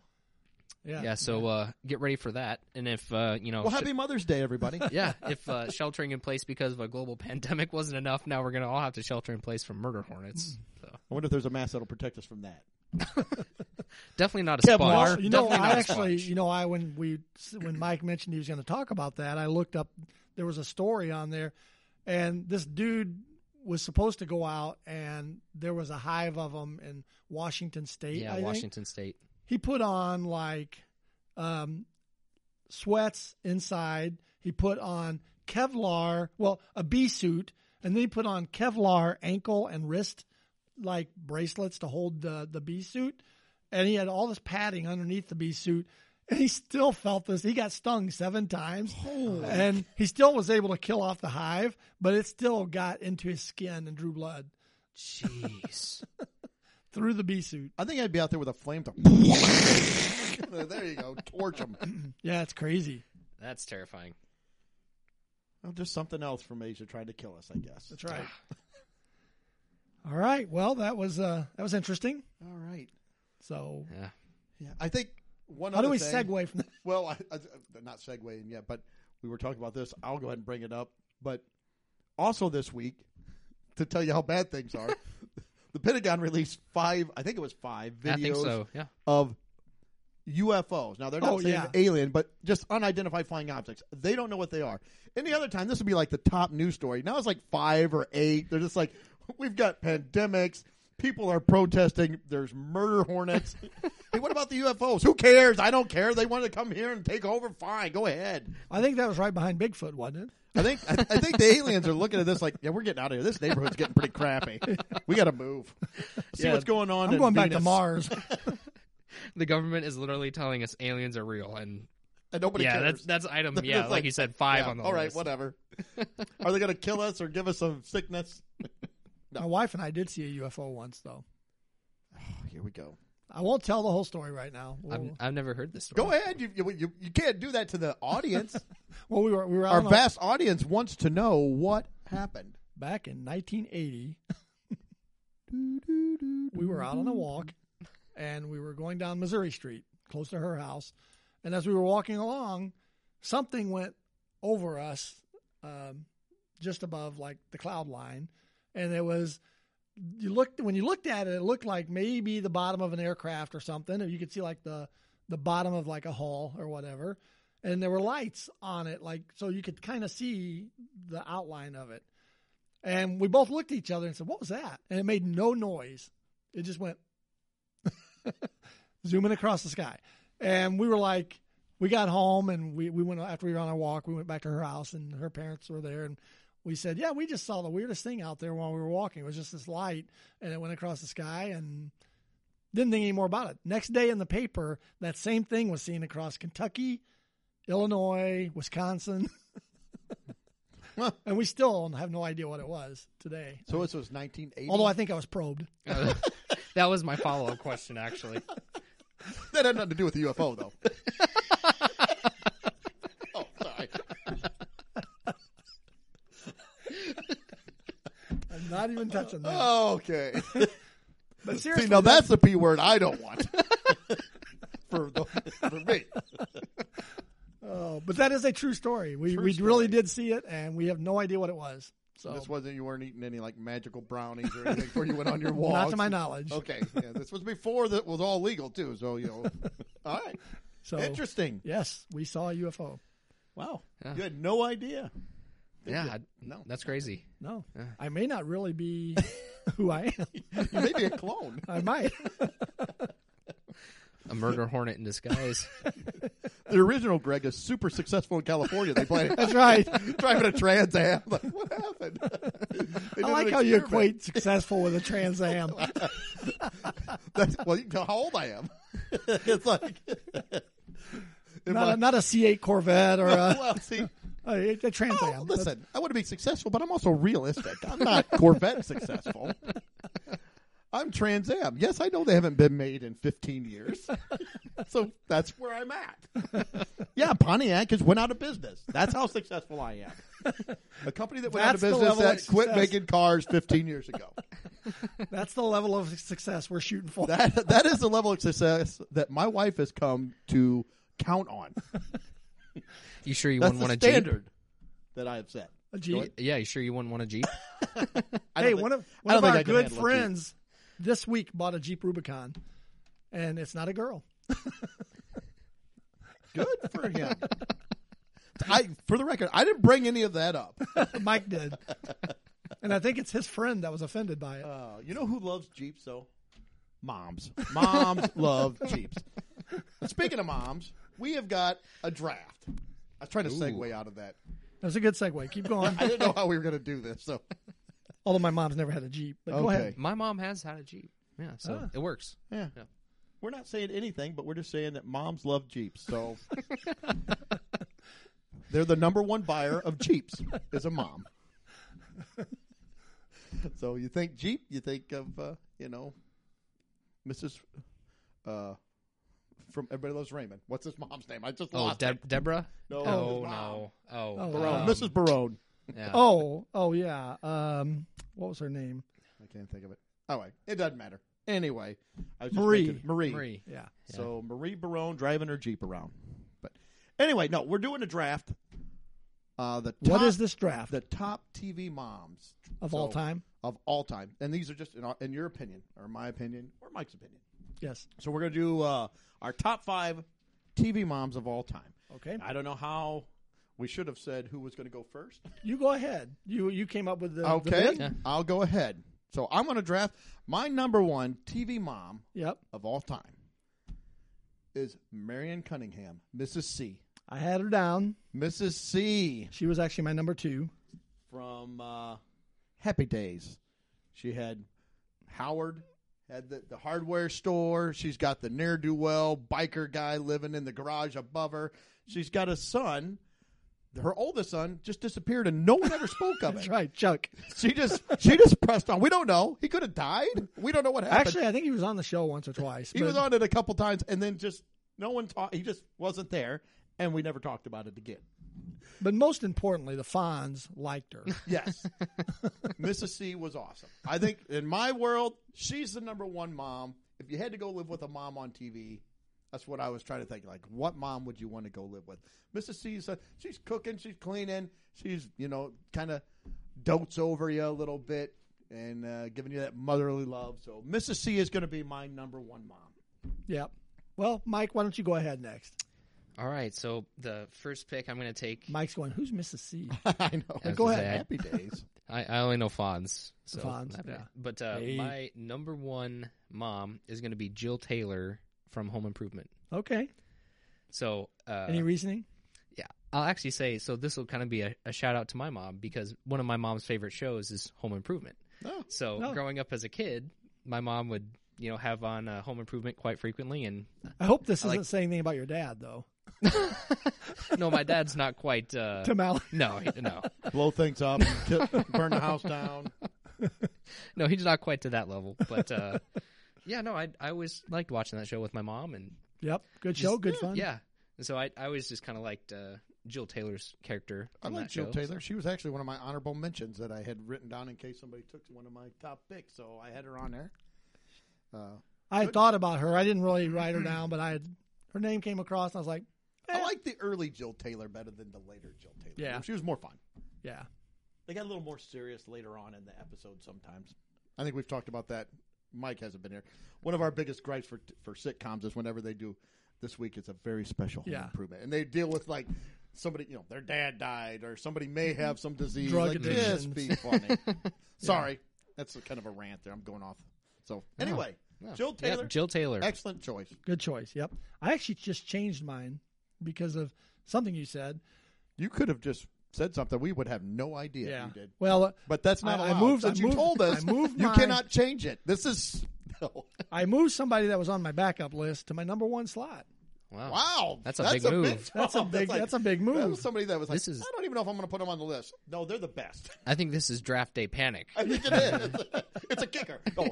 [SPEAKER 3] Yeah.
[SPEAKER 4] Yeah, so uh, get ready for that. And if uh, you know,
[SPEAKER 2] Well, happy Mother's Day, everybody.
[SPEAKER 4] yeah, if uh, sheltering in place because of a global pandemic wasn't enough, now we're gonna all have to shelter in place from murder hornets. So
[SPEAKER 2] I wonder if there's a mask that'll protect us from that.
[SPEAKER 4] definitely not a
[SPEAKER 2] Kevlar.
[SPEAKER 4] sponge.
[SPEAKER 3] You know,
[SPEAKER 4] definitely
[SPEAKER 3] I
[SPEAKER 4] not a
[SPEAKER 3] actually,
[SPEAKER 4] sponge.
[SPEAKER 3] you know, I when we when Mike mentioned he was going to talk about that, I looked up. There was a story on there, and this dude was supposed to go out, and there was a hive of them in Washington State. I
[SPEAKER 4] yeah,
[SPEAKER 3] think.
[SPEAKER 4] Washington State.
[SPEAKER 3] He put on like um, sweats inside. He put on Kevlar, well, a bee suit, and then he put on Kevlar ankle and wrist like bracelets to hold the the bee suit, and he had all this padding underneath the bee suit. And he still felt this. He got stung seven times, and he still was able to kill off the hive, but it still got into his skin and drew blood
[SPEAKER 4] Jeez,
[SPEAKER 3] through the bee suit.
[SPEAKER 2] I think I'd be out there with a flame to. there you go, torch them.
[SPEAKER 3] Yeah, it's crazy.
[SPEAKER 4] that's terrifying.
[SPEAKER 2] Well, just something else from Asia trying to kill us, I guess.
[SPEAKER 3] That's right. All right. Well, that was uh, that was interesting.
[SPEAKER 2] All right.
[SPEAKER 3] So,
[SPEAKER 4] Yeah,
[SPEAKER 2] Yeah, I think one.
[SPEAKER 3] how do
[SPEAKER 2] other
[SPEAKER 3] we
[SPEAKER 2] thing-
[SPEAKER 3] segue from that?
[SPEAKER 2] Well, I, I, not segueing yet, but we were talking about this. I'll go ahead and bring it up. But also this week, to tell you how bad things are, the Pentagon released five. I think it was five videos
[SPEAKER 4] I think so. Yeah,
[SPEAKER 2] of UFOs. Now they're not
[SPEAKER 3] Oh,
[SPEAKER 2] saying
[SPEAKER 3] yeah.
[SPEAKER 2] alien, but just unidentified flying objects. They don't know what they are. Any other time, this would be like the top news story. Now it's like five or eight. They're just like, we've got pandemics. People are protesting. There's murder hornets. hey, what about the UFOs? Who cares? I don't care. They wanted to come here and take over. Fine, go ahead.
[SPEAKER 3] I think that was right behind Bigfoot, wasn't
[SPEAKER 2] I think I, I think the aliens are looking at this like, yeah, we're getting out of here. This neighborhood's getting pretty crappy. We got to move. See
[SPEAKER 4] Yeah.
[SPEAKER 2] what's going on.
[SPEAKER 3] it? I'm
[SPEAKER 2] in
[SPEAKER 3] going back to
[SPEAKER 2] Venus.
[SPEAKER 3] Mars.
[SPEAKER 4] the government is literally telling us aliens are real, and
[SPEAKER 2] And nobody
[SPEAKER 4] yeah,
[SPEAKER 2] cares.
[SPEAKER 4] that's that's item. Yeah,
[SPEAKER 2] It's
[SPEAKER 4] like, you said, five
[SPEAKER 2] yeah,
[SPEAKER 4] on the
[SPEAKER 2] All right,
[SPEAKER 4] list.
[SPEAKER 2] whatever. Are they going to kill us or give us some sickness?
[SPEAKER 3] My wife and I did see a UFO once, though. Oh,
[SPEAKER 2] Here we go.
[SPEAKER 3] I won't tell the whole story right now. Well,
[SPEAKER 4] I've, I've never heard this. Story.
[SPEAKER 2] Go ahead. You, you, you, you can't do that to the audience.
[SPEAKER 3] well, we were we were out
[SPEAKER 2] Our
[SPEAKER 3] on a-
[SPEAKER 2] vast audience wants to know what happened.
[SPEAKER 3] back in 1980. we were out on a walk, and we were going down Missouri Street, close to her house. And as we were walking along, something went over us, um, just above like the cloud line, and it was you looked when you looked at it, it looked like maybe the bottom of an aircraft or something, or you could see like the the bottom of like a hull or whatever. And there were lights on it, like so you could kind of see the outline of it. And we both looked at each other and said, "What was that?" And it made no noise. It just went zooming across the sky. And we were like, we got home and we, we went after we were on our walk, we went back to her house and her parents were there and we said, Yeah, we just saw the weirdest thing out there while we were walking. It was just this light and it went across the sky and didn't think any more about it. Next day in the paper, that same thing was seen across Kentucky, Illinois, Wisconsin. and we still have no idea what it was today.
[SPEAKER 2] So this was 1980.
[SPEAKER 3] Although I think I was probed.
[SPEAKER 4] Uh, that was my follow up question, actually.
[SPEAKER 2] that had nothing to do with the UFO, though. oh, sorry.
[SPEAKER 3] I'm not even touching that.
[SPEAKER 2] Okay.
[SPEAKER 3] but
[SPEAKER 2] See,
[SPEAKER 3] seriously,
[SPEAKER 2] now that's the P word I don't want. for, the, for me.
[SPEAKER 3] Oh, but that is a true story. We
[SPEAKER 2] True
[SPEAKER 3] we
[SPEAKER 2] story.
[SPEAKER 3] really did see it, and we have no idea what it was. So
[SPEAKER 2] This wasn't, you weren't eating any like magical brownies or anything before you went on your walk.
[SPEAKER 3] not to my knowledge.
[SPEAKER 2] Okay. Yeah, this was before that was all legal, too. So, you know. All right.
[SPEAKER 3] So
[SPEAKER 2] Interesting.
[SPEAKER 3] yes, we saw a UFO.
[SPEAKER 2] Wow.
[SPEAKER 4] Yeah.
[SPEAKER 2] You had no idea.
[SPEAKER 4] Yeah, I-
[SPEAKER 2] No.
[SPEAKER 4] that's crazy.
[SPEAKER 3] No,
[SPEAKER 4] Yeah.
[SPEAKER 3] I may not really be who I am.
[SPEAKER 2] You may be a clone.
[SPEAKER 3] I might.
[SPEAKER 4] A murder hornet in disguise.
[SPEAKER 2] The original Greg is super successful in California. They play
[SPEAKER 3] That's right.
[SPEAKER 2] driving a Trans Am. Like, what happened? They did
[SPEAKER 3] I
[SPEAKER 2] an
[SPEAKER 3] like how you
[SPEAKER 2] experiment.
[SPEAKER 3] equate successful with a Trans Am.
[SPEAKER 2] That's, well, you can tell how old I am. it's like If
[SPEAKER 3] Not
[SPEAKER 2] I-
[SPEAKER 3] a, not a C8 Corvette or a,
[SPEAKER 2] well, see,
[SPEAKER 3] a, a Trans
[SPEAKER 2] oh,
[SPEAKER 3] Am.
[SPEAKER 2] listen, I want to be successful, but I'm also realistic. I'm not Corvette successful. I'm Trans Am. Yes, I know they haven't been made in 15 years, so that's where I'm at. yeah, Pontiac has went out of business. That's how successful I am. A company that went
[SPEAKER 3] That's the
[SPEAKER 2] out of business
[SPEAKER 3] level
[SPEAKER 2] that
[SPEAKER 3] of
[SPEAKER 2] quit
[SPEAKER 3] success.
[SPEAKER 2] making cars 15 years ago.
[SPEAKER 3] That's the level of success we're shooting for.
[SPEAKER 2] That that is the level of success that my wife has come to count on.
[SPEAKER 4] You sure you
[SPEAKER 2] That's
[SPEAKER 4] wouldn't
[SPEAKER 2] the
[SPEAKER 4] want a jeep?
[SPEAKER 2] standard that I have set.
[SPEAKER 3] A Jeep.
[SPEAKER 4] Yeah, you sure you wouldn't want a jeep?
[SPEAKER 2] I don't
[SPEAKER 3] Hey,
[SPEAKER 2] think-
[SPEAKER 3] one of
[SPEAKER 2] I don't
[SPEAKER 3] one of
[SPEAKER 2] think
[SPEAKER 3] our
[SPEAKER 2] I can
[SPEAKER 3] good
[SPEAKER 2] handle a Jeep.
[SPEAKER 3] friends this week bought a Jeep Rubicon, and it's not a girl.
[SPEAKER 2] Good for him. I, for the record, I didn't bring any of that up.
[SPEAKER 3] Mike did, and I think it's his friend that was offended by it.
[SPEAKER 2] Uh, you know who loves Jeeps though? Moms. Moms love Jeeps. And speaking of moms, we have got a draft. I was trying to segue out of that.
[SPEAKER 3] That's a good segue. Keep going.
[SPEAKER 2] I didn't know how we were going to do this, so
[SPEAKER 3] Although my mom's never had a Jeep, but go
[SPEAKER 2] Okay.
[SPEAKER 3] ahead.
[SPEAKER 4] My mom has had a jeep. Yeah, so it works.
[SPEAKER 2] yeah.
[SPEAKER 4] Yeah.
[SPEAKER 2] We're not saying anything, but we're just saying that moms love Jeeps. So they're the number one buyer of Jeeps is a mom. so you think Jeep, you think of uh, you know Mrs. Uh, from Everybody Loves Raymond. What's his mom's name? I just
[SPEAKER 4] Oh,
[SPEAKER 2] lost
[SPEAKER 4] Deb
[SPEAKER 2] it.
[SPEAKER 4] Deborah?
[SPEAKER 2] No,
[SPEAKER 4] oh,
[SPEAKER 2] his mom.
[SPEAKER 4] no. Oh,
[SPEAKER 3] Oh,
[SPEAKER 2] Barone.
[SPEAKER 4] um,
[SPEAKER 2] Mrs. Barone.
[SPEAKER 4] yeah.
[SPEAKER 3] Oh, oh yeah. Um, what was her name?
[SPEAKER 2] I can't think of it. All right, it doesn't matter. Anyway, I was just
[SPEAKER 3] Marie.
[SPEAKER 2] thinking- Marie.
[SPEAKER 4] Marie.
[SPEAKER 3] Yeah.
[SPEAKER 2] So Marie Barone driving her Jeep around. But anyway, no, we're doing a draft. Uh, the top,
[SPEAKER 3] What is this draft
[SPEAKER 2] the top TV moms
[SPEAKER 3] of all
[SPEAKER 2] So,
[SPEAKER 3] time?
[SPEAKER 2] Of all time, and these are just in, our, in your opinion, or my opinion, or Mike's opinion.
[SPEAKER 3] Yes.
[SPEAKER 2] So we're gonna do uh, our top five TV moms of all time.
[SPEAKER 3] Okay.
[SPEAKER 2] I don't know how we should have said who was gonna go first.
[SPEAKER 3] You go ahead. You you came up with the the
[SPEAKER 2] Okay,
[SPEAKER 3] bid?
[SPEAKER 2] I'll go ahead. So I'm gonna draft my number one TV mom
[SPEAKER 3] Yep.
[SPEAKER 2] of all time is Marion Cunningham, Mrs. C.
[SPEAKER 3] I had her down.
[SPEAKER 2] Mrs. C
[SPEAKER 3] She was actually my number two.
[SPEAKER 2] from uh, Happy Days. She had Howard, had the, the hardware store. She's got the ne'er do well biker guy living in the garage above her. She's got a son. Her oldest son just disappeared, and no one ever spoke of
[SPEAKER 3] That's
[SPEAKER 2] it.
[SPEAKER 3] right, Chuck.
[SPEAKER 2] She just she just pressed on. We don't know. He could have died. We don't know what happened.
[SPEAKER 3] Actually, I think he was on the show once or twice.
[SPEAKER 2] He
[SPEAKER 3] but-
[SPEAKER 2] was on it a couple times, and then just no one talked. He just wasn't there, and we never talked about it again.
[SPEAKER 3] But most importantly, the Fonz liked her.
[SPEAKER 2] Yes, Mrs. C was awesome. I think in my world, she's the number one mom. If you had to go live with a mom on TV, that's what I was trying to think. Like, what mom would you want to go live with? Mrs. C, is a- she's cooking, she's cleaning, she's you know kind of dotes over you a little bit. and uh, giving you that motherly love. So Mrs. C is going to be my number one mom.
[SPEAKER 3] Yep. Well, Mike, why don't you go ahead next?
[SPEAKER 4] All right, so the first pick I'm going to take.
[SPEAKER 3] Mike's going. Who's Mrs. C?
[SPEAKER 2] I know.
[SPEAKER 4] As
[SPEAKER 2] Go
[SPEAKER 4] is
[SPEAKER 2] ahead.
[SPEAKER 4] that.
[SPEAKER 2] Happy days.
[SPEAKER 4] I, I only know Fonz. So
[SPEAKER 3] Fonz,
[SPEAKER 4] I've-
[SPEAKER 3] yeah.
[SPEAKER 4] But uh,
[SPEAKER 3] Hey.
[SPEAKER 4] my number one mom is going to be Jill Taylor from Home Improvement.
[SPEAKER 3] Okay.
[SPEAKER 4] So uh,
[SPEAKER 3] Any reasoning?
[SPEAKER 4] I'll actually say so. This will kind of be a, a shout out to my mom because one of my mom's favorite shows is Home Improvement.
[SPEAKER 2] Oh.
[SPEAKER 4] So
[SPEAKER 3] Oh.
[SPEAKER 4] growing up as a kid, my mom would you know have on uh, Home Improvement quite frequently, and
[SPEAKER 3] I hope this
[SPEAKER 4] I
[SPEAKER 3] isn't
[SPEAKER 4] like-
[SPEAKER 3] saying anything about your dad, though.
[SPEAKER 4] no, my dad's not quite. Uh,
[SPEAKER 3] Tim Allen.
[SPEAKER 4] no, he- no,
[SPEAKER 2] Blow things up, kill, burn the house down.
[SPEAKER 4] no, he's not quite to that level. But uh, yeah, no, I I always liked watching that show with my mom, and
[SPEAKER 3] Yep. Good show. Good fun.
[SPEAKER 4] yeah, and so I I always just kind of liked uh, Jill Taylor's character.
[SPEAKER 2] I
[SPEAKER 4] on
[SPEAKER 2] like
[SPEAKER 4] that
[SPEAKER 2] Jill
[SPEAKER 4] show.
[SPEAKER 2] Taylor. She was actually one of my honorable mentions that I had written down in case somebody took one of my top picks. So I had her on there. Uh,
[SPEAKER 3] I thought about her. I didn't really write her down, but I had, her name came across, and I was like,
[SPEAKER 2] I like the early Jill Taylor better than the later Jill Taylor.
[SPEAKER 3] Yeah.
[SPEAKER 2] She was more fun.
[SPEAKER 3] yeah.
[SPEAKER 2] They got a little more serious later on in the episode sometimes. I think we've talked about that. Mike hasn't been here. One of our biggest gripes for for sitcoms is whenever they do this week it's a very special home
[SPEAKER 3] Yeah.
[SPEAKER 2] improvement. And they deal with like somebody, you know, their dad died or somebody may have some disease.
[SPEAKER 3] Drug
[SPEAKER 2] like, just
[SPEAKER 3] addictions.
[SPEAKER 2] be funny. Sorry. That's a kind of a rant there. I'm going off. So anyway, Jill
[SPEAKER 4] Yeah,
[SPEAKER 2] Taylor,
[SPEAKER 4] Jill Taylor.
[SPEAKER 2] excellent choice.
[SPEAKER 3] Good choice. Yep. I actually just changed mine because of something you said.
[SPEAKER 2] You could have just said something. We would have no idea
[SPEAKER 3] yeah.
[SPEAKER 2] you did.
[SPEAKER 3] Well,
[SPEAKER 2] But that's not
[SPEAKER 3] I- I
[SPEAKER 2] allowed.
[SPEAKER 3] moved-
[SPEAKER 2] Since
[SPEAKER 3] I
[SPEAKER 2] you
[SPEAKER 3] moved-
[SPEAKER 2] told us,
[SPEAKER 3] I moved
[SPEAKER 2] you
[SPEAKER 3] my-
[SPEAKER 2] cannot change it. This is no.
[SPEAKER 3] I moved somebody that was on my backup list to my number one slot.
[SPEAKER 4] Wow.
[SPEAKER 2] Wow,
[SPEAKER 4] That's a big move.
[SPEAKER 3] That's a
[SPEAKER 2] jump.
[SPEAKER 3] big- that's a big move.
[SPEAKER 2] That was somebody that was like,
[SPEAKER 4] This is-
[SPEAKER 2] I don't even know if I'm going to put them on the list. No, they're the best.
[SPEAKER 4] I think this is draft day panic.
[SPEAKER 2] I think it is. It's a, it's a kicker. Oh,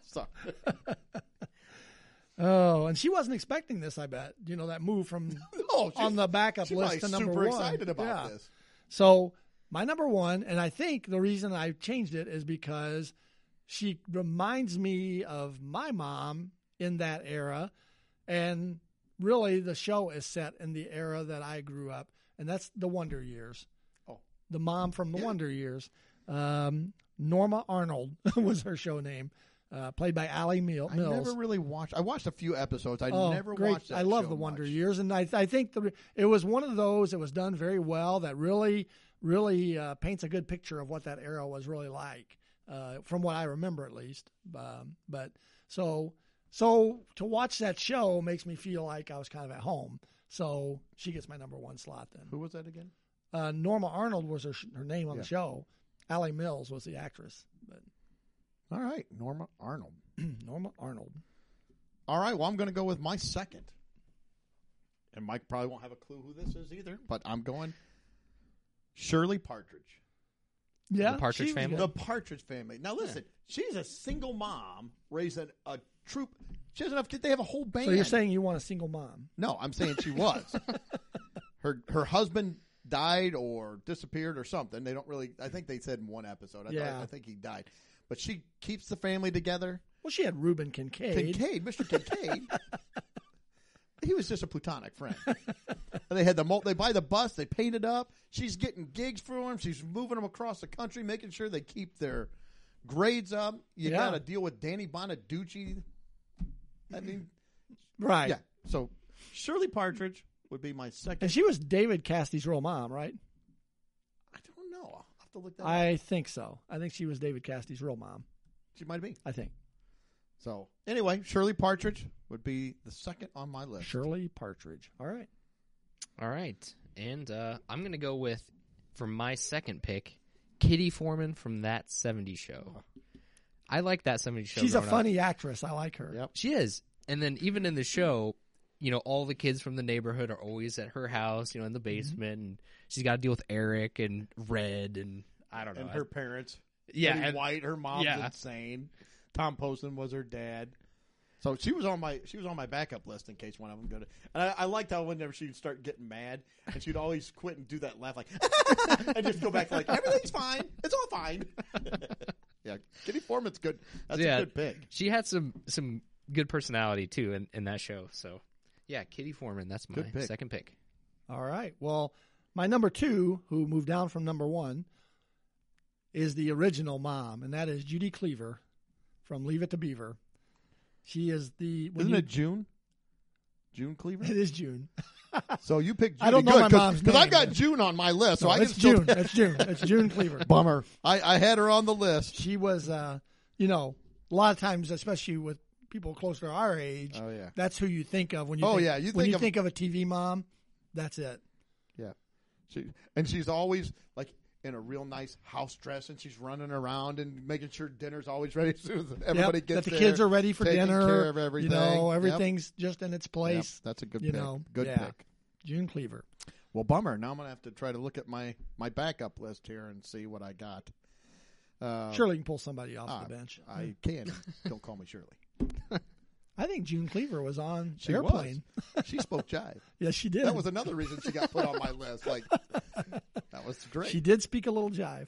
[SPEAKER 2] sorry.
[SPEAKER 3] Oh, and she wasn't expecting this. I bet you know that move from
[SPEAKER 2] No, Oh, she's-
[SPEAKER 3] on the backup
[SPEAKER 2] she's
[SPEAKER 3] list to
[SPEAKER 2] probably
[SPEAKER 3] number
[SPEAKER 2] super
[SPEAKER 3] one.
[SPEAKER 2] excited about
[SPEAKER 3] Yeah.
[SPEAKER 2] this.
[SPEAKER 3] So my number one, and I think the reason I changed it is because she reminds me of my mom in that era, and really the show is set in the era that I grew up, and that's the Wonder Years.
[SPEAKER 2] Oh.
[SPEAKER 3] the mom from the Wonder Years, um, Norma Arnold was her show name, uh, played by Allie Mil-
[SPEAKER 2] I
[SPEAKER 3] Mills.
[SPEAKER 2] never really watched. I watched a few episodes. I
[SPEAKER 3] Oh,
[SPEAKER 2] never
[SPEAKER 3] great.
[SPEAKER 2] watched. That
[SPEAKER 3] I love
[SPEAKER 2] show
[SPEAKER 3] the Wonder
[SPEAKER 2] much.
[SPEAKER 3] Years, and I, I think the, it was one of those that was done very well. That really, really uh, paints a good picture of what that era was really like, uh, from what I remember at least. Um, but so, so to watch that show makes me feel like I was kind of at home. So she gets my number one slot then.
[SPEAKER 2] Who was that again?
[SPEAKER 3] Uh, Norma Arnold was her sh- her name on
[SPEAKER 2] Yeah.
[SPEAKER 3] the show. Allie Mills was the actress, but
[SPEAKER 2] All right, Norma Arnold.
[SPEAKER 3] Norma Arnold.
[SPEAKER 2] All right, well, I'm going to go with my second. And Mike probably won't have a clue who this is either, but I'm going Shirley Partridge.
[SPEAKER 3] Yeah,
[SPEAKER 4] The Partridge
[SPEAKER 3] she was
[SPEAKER 4] Family?
[SPEAKER 3] good.
[SPEAKER 2] The Partridge family. Now, listen, she's a single mom raising a troop. She doesn't have kids. They have a whole band.
[SPEAKER 3] So you're saying you want a single mom?
[SPEAKER 2] No, I'm saying she was. her her husband died or disappeared or something. They don't really. I think they said in one episode. I,
[SPEAKER 3] Yeah.
[SPEAKER 2] thought, I think he died. But she keeps the family together.
[SPEAKER 3] Well, she had Reuben Kincaid.
[SPEAKER 2] Kincaid, Mr. Kincaid. he was just a platonic friend. And they had the mul- they buy the bus, they paint it up. She's getting gigs for him. She's moving them across the country, making sure they keep their grades up. You
[SPEAKER 3] Yeah.
[SPEAKER 2] got to deal with Danny Bonaducci. I mean,
[SPEAKER 3] right?
[SPEAKER 2] yeah. So Shirley Partridge would be my second.
[SPEAKER 3] And she was David Cassidy's real mom, right?
[SPEAKER 2] I don't know. I'll have to look that. up.
[SPEAKER 3] I think so. I think she was David Cassidy's real mom.
[SPEAKER 2] She might be.
[SPEAKER 3] I think
[SPEAKER 2] So anyway, Shirley Partridge would be the second on my list.
[SPEAKER 3] Shirley Partridge. All right.
[SPEAKER 4] All right. And uh, I'm going to go with, for my second pick, Kitty Foreman from That 70s Show. I like That 70s Show.
[SPEAKER 3] She's a
[SPEAKER 4] growing up.
[SPEAKER 3] funny actress. I like her.
[SPEAKER 2] Yep.
[SPEAKER 4] She is. And then even in the show, you know, all the kids from the neighborhood are always at her house, you know, in
[SPEAKER 3] Mm-hmm.
[SPEAKER 4] the basement. And she's got to deal with Eric and Red and I don't know.
[SPEAKER 2] And her parents.
[SPEAKER 4] yeah.
[SPEAKER 2] Betty
[SPEAKER 4] and-
[SPEAKER 2] White. Her mom's
[SPEAKER 4] yeah.
[SPEAKER 2] insane. Tom Poston was her dad. So she was on my she was on my backup list in case one of them go to. And I, I liked how whenever she'd start getting mad, and she'd always quit and do that laugh like, and just go back to like everything's fine, it's all fine. yeah, Kitty Foreman's good. That's
[SPEAKER 4] yeah,
[SPEAKER 2] a good pick.
[SPEAKER 4] She had some, some good personality, too, in, in that show. So, yeah, Kitty Foreman. That's my
[SPEAKER 2] Good pick.
[SPEAKER 4] second pick.
[SPEAKER 3] All right. Well, my number two, who moved down from number one, is the original mom, and that is Judy Cleaver from Leave It to Beaver. She is the. when
[SPEAKER 2] Isn't
[SPEAKER 3] you-
[SPEAKER 2] it June? June Cleaver.
[SPEAKER 3] It is June.
[SPEAKER 2] So you picked. June.
[SPEAKER 3] I don't know my mom's
[SPEAKER 2] because I've
[SPEAKER 3] name.
[SPEAKER 2] got June on my list. So
[SPEAKER 3] No,
[SPEAKER 2] I
[SPEAKER 3] it's
[SPEAKER 2] can still-
[SPEAKER 3] June. It's June. It's June Cleaver.
[SPEAKER 2] Bummer. I, I had her on the list.
[SPEAKER 3] She was, uh, you know, a lot of times, especially with people close to our age,
[SPEAKER 2] Oh yeah,
[SPEAKER 3] that's who you think of when you.
[SPEAKER 2] Oh,
[SPEAKER 3] think,
[SPEAKER 2] yeah, you
[SPEAKER 3] when
[SPEAKER 2] think
[SPEAKER 3] you
[SPEAKER 2] of-
[SPEAKER 3] think of a TV mom, that's it.
[SPEAKER 2] yeah. She and she's always like in a real nice house dress, and she's running around and making sure dinner's always ready as soon as everybody gets
[SPEAKER 3] Yep, that the
[SPEAKER 2] there,
[SPEAKER 3] kids are ready for
[SPEAKER 2] taking
[SPEAKER 3] dinner.
[SPEAKER 2] Care of everything.
[SPEAKER 3] You know,
[SPEAKER 2] Yep,
[SPEAKER 3] everything's just in its
[SPEAKER 2] yep.
[SPEAKER 3] place.
[SPEAKER 2] That's a good
[SPEAKER 3] you
[SPEAKER 2] pick.
[SPEAKER 3] know,
[SPEAKER 2] good
[SPEAKER 3] yeah.
[SPEAKER 2] pick.
[SPEAKER 3] June Cleaver.
[SPEAKER 2] Well, bummer. Now I'm gonna have to try to look at my my backup list here and see what I got. Uh,
[SPEAKER 3] Surely you can pull somebody off
[SPEAKER 2] ah,
[SPEAKER 3] the bench.
[SPEAKER 2] I can. don't call me Shirley.
[SPEAKER 3] I think June Cleaver was on
[SPEAKER 2] She
[SPEAKER 3] airplane.
[SPEAKER 2] was. She spoke jive.
[SPEAKER 3] Yes, she did.
[SPEAKER 2] That was another reason she got put on my list. Like that was great.
[SPEAKER 3] she did speak a little jive.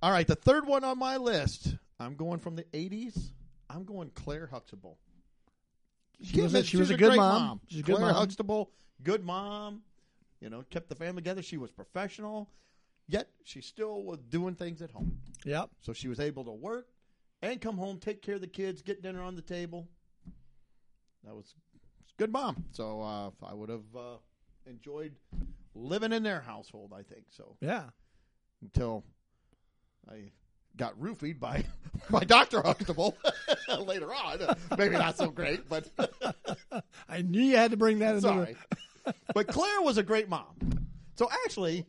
[SPEAKER 2] All right, the third one on my list. I'm going from the 80s. I'm going Claire Huxtable.
[SPEAKER 3] She was a-
[SPEAKER 2] Given-
[SPEAKER 3] she was a good
[SPEAKER 2] great
[SPEAKER 3] mom. She's a good
[SPEAKER 2] Claire
[SPEAKER 3] mom.
[SPEAKER 2] Huxtable, good mom. You know, kept the family together. She was professional, yet she still was doing things at home.
[SPEAKER 3] Yep.
[SPEAKER 2] So she was able to work and come home, take care of the kids, get dinner on the table. That was it's a good mom. So uh, I would have uh, enjoyed living in their household. I think so
[SPEAKER 3] Yeah.
[SPEAKER 2] until I got roofied by by Doctor Huxtable later on. Maybe not so great, but
[SPEAKER 3] I knew you had to bring that in.
[SPEAKER 2] sorry. But Claire was a great mom. So actually,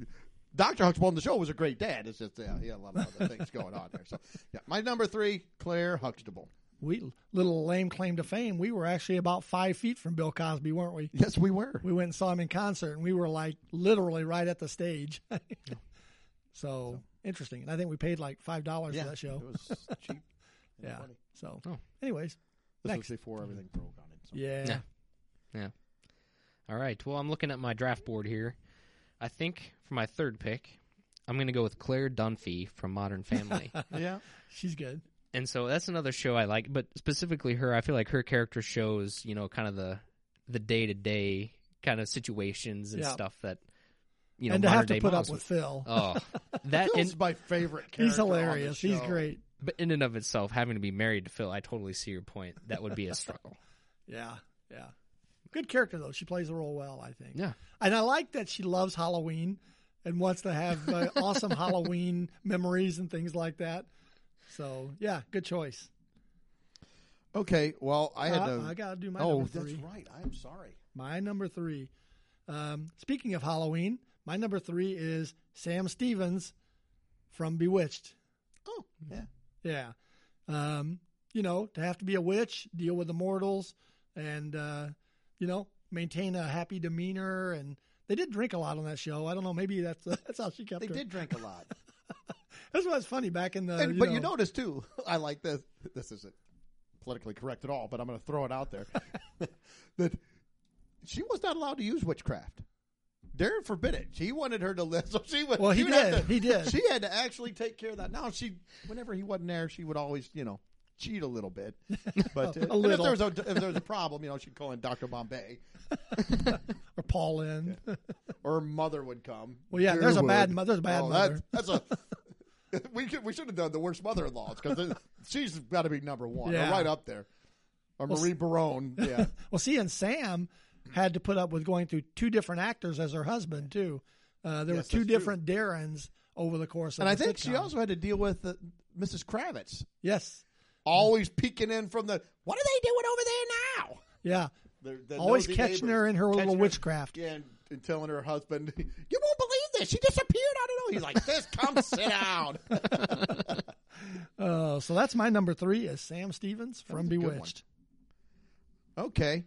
[SPEAKER 2] Doctor Huxtable on the show was a great dad. It's just yeah, he had a lot of other things going on there. So yeah, my number three, Claire Huxtable.
[SPEAKER 3] We little lame claim to fame. We were actually about five feet from Bill Cosby, weren't we?
[SPEAKER 2] Yes, we were.
[SPEAKER 3] We went and saw him in concert, and we were like literally right at the stage. so, interesting, and I think we paid like five dollars
[SPEAKER 2] yeah,
[SPEAKER 3] for that show.
[SPEAKER 2] It was cheap. and
[SPEAKER 3] yeah.
[SPEAKER 2] funny.
[SPEAKER 3] So,
[SPEAKER 4] Oh.
[SPEAKER 3] anyways,
[SPEAKER 2] This
[SPEAKER 3] Next.
[SPEAKER 2] was before everything broke on him. So.
[SPEAKER 3] yeah,
[SPEAKER 4] Yeah. All right. Well, I'm looking at my draft board here. I think for my third pick, I'm going to go with Claire Dunphy from Modern Family.
[SPEAKER 2] Yeah.
[SPEAKER 3] she's good.
[SPEAKER 4] and so that's another show I like, but specifically her, I feel like her character shows, you know, kind of the the day-to-day kind of situations and
[SPEAKER 3] Yeah.
[SPEAKER 4] stuff that you know,
[SPEAKER 3] and to have to
[SPEAKER 4] modern-day
[SPEAKER 3] put up
[SPEAKER 4] moms
[SPEAKER 3] with Phil,
[SPEAKER 4] would- Oh. That
[SPEAKER 2] Phil's
[SPEAKER 4] in,
[SPEAKER 2] my favorite character.
[SPEAKER 3] he's
[SPEAKER 2] on the
[SPEAKER 3] hilarious. He's
[SPEAKER 2] show.
[SPEAKER 3] great.
[SPEAKER 4] but in and of itself having to be married to Phil, I totally see your point. That would be a struggle.
[SPEAKER 3] Yeah, yeah. Good character though. She plays the role well, I think.
[SPEAKER 4] Yeah.
[SPEAKER 3] And I like that she loves Halloween and wants to have uh, awesome Halloween memories and things like that. So yeah, good choice.
[SPEAKER 2] Okay, well, I had
[SPEAKER 3] Uh,
[SPEAKER 2] to.
[SPEAKER 3] I gotta do my
[SPEAKER 2] oh,
[SPEAKER 3] number
[SPEAKER 2] that's
[SPEAKER 3] three.
[SPEAKER 2] right. I'm sorry.
[SPEAKER 3] My number three. Um, speaking of Halloween, my number three is Sam Stevens from Bewitched.
[SPEAKER 2] Oh,
[SPEAKER 3] Mm-hmm.
[SPEAKER 2] yeah.
[SPEAKER 3] Yeah. Um, you know, to have to be a witch, deal with the mortals, and, uh, you know, maintain a happy demeanor. And they did drink a lot on that show. I don't know. Maybe that's that's how she kept
[SPEAKER 2] They
[SPEAKER 3] her.
[SPEAKER 2] did drink a lot.
[SPEAKER 3] That's what's funny back in the.
[SPEAKER 2] And,
[SPEAKER 3] Uh, you
[SPEAKER 2] but
[SPEAKER 3] know,
[SPEAKER 2] you notice, too, I like this. This isn't politically correct at all, but I'm going to throw it out there. that she was not allowed to use witchcraft. Darren forbid it. He wanted her to live, so she was.
[SPEAKER 3] Well, he
[SPEAKER 2] she would have
[SPEAKER 3] did.
[SPEAKER 2] to-
[SPEAKER 3] He did.
[SPEAKER 2] She had to actually take care of that. Now she, whenever he wasn't there, she would always, you know, cheat a little bit. But uh,
[SPEAKER 3] A
[SPEAKER 2] and if
[SPEAKER 3] little.
[SPEAKER 2] there was a if there was a problem, you know, she'd call in Doctor Bombay,
[SPEAKER 3] Or Paul in.
[SPEAKER 2] or her mother would come.
[SPEAKER 3] Well, yeah,
[SPEAKER 2] Dear
[SPEAKER 3] there's a
[SPEAKER 2] would.
[SPEAKER 3] bad mo- there's a bad
[SPEAKER 2] Oh,
[SPEAKER 3] mother.
[SPEAKER 2] That's, that's a. we could, we should have done the worst mother-in-laws because she's got to be number one, or
[SPEAKER 3] Yeah.
[SPEAKER 2] right up there. Or Marie Barone, yeah.
[SPEAKER 3] Well, see, and Sam had to put up with going through two different actors as her husband, too. Uh,
[SPEAKER 2] Yes,
[SPEAKER 3] there were two
[SPEAKER 2] that's true.
[SPEAKER 3] different Darrens over the course of
[SPEAKER 2] and I
[SPEAKER 3] the
[SPEAKER 2] think she
[SPEAKER 3] sitcom.
[SPEAKER 2] also had to deal with uh, Mrs. Kravitz
[SPEAKER 3] Yes.
[SPEAKER 2] always peeking in from the. What are they doing over there now?
[SPEAKER 3] Yeah.
[SPEAKER 2] They're- they're
[SPEAKER 3] Always
[SPEAKER 2] nosy
[SPEAKER 3] catching
[SPEAKER 2] neighbors.
[SPEAKER 3] her in her little
[SPEAKER 2] Catching
[SPEAKER 3] witchcraft.
[SPEAKER 2] Yeah, and, and telling her husband, "You won't believe this. She disappeared. I don't know." He's like, "This, come sit down."
[SPEAKER 3] Uh, so that's my number three is Sam Stevens from
[SPEAKER 2] was a good one.
[SPEAKER 3] Bewitched.
[SPEAKER 2] Okay.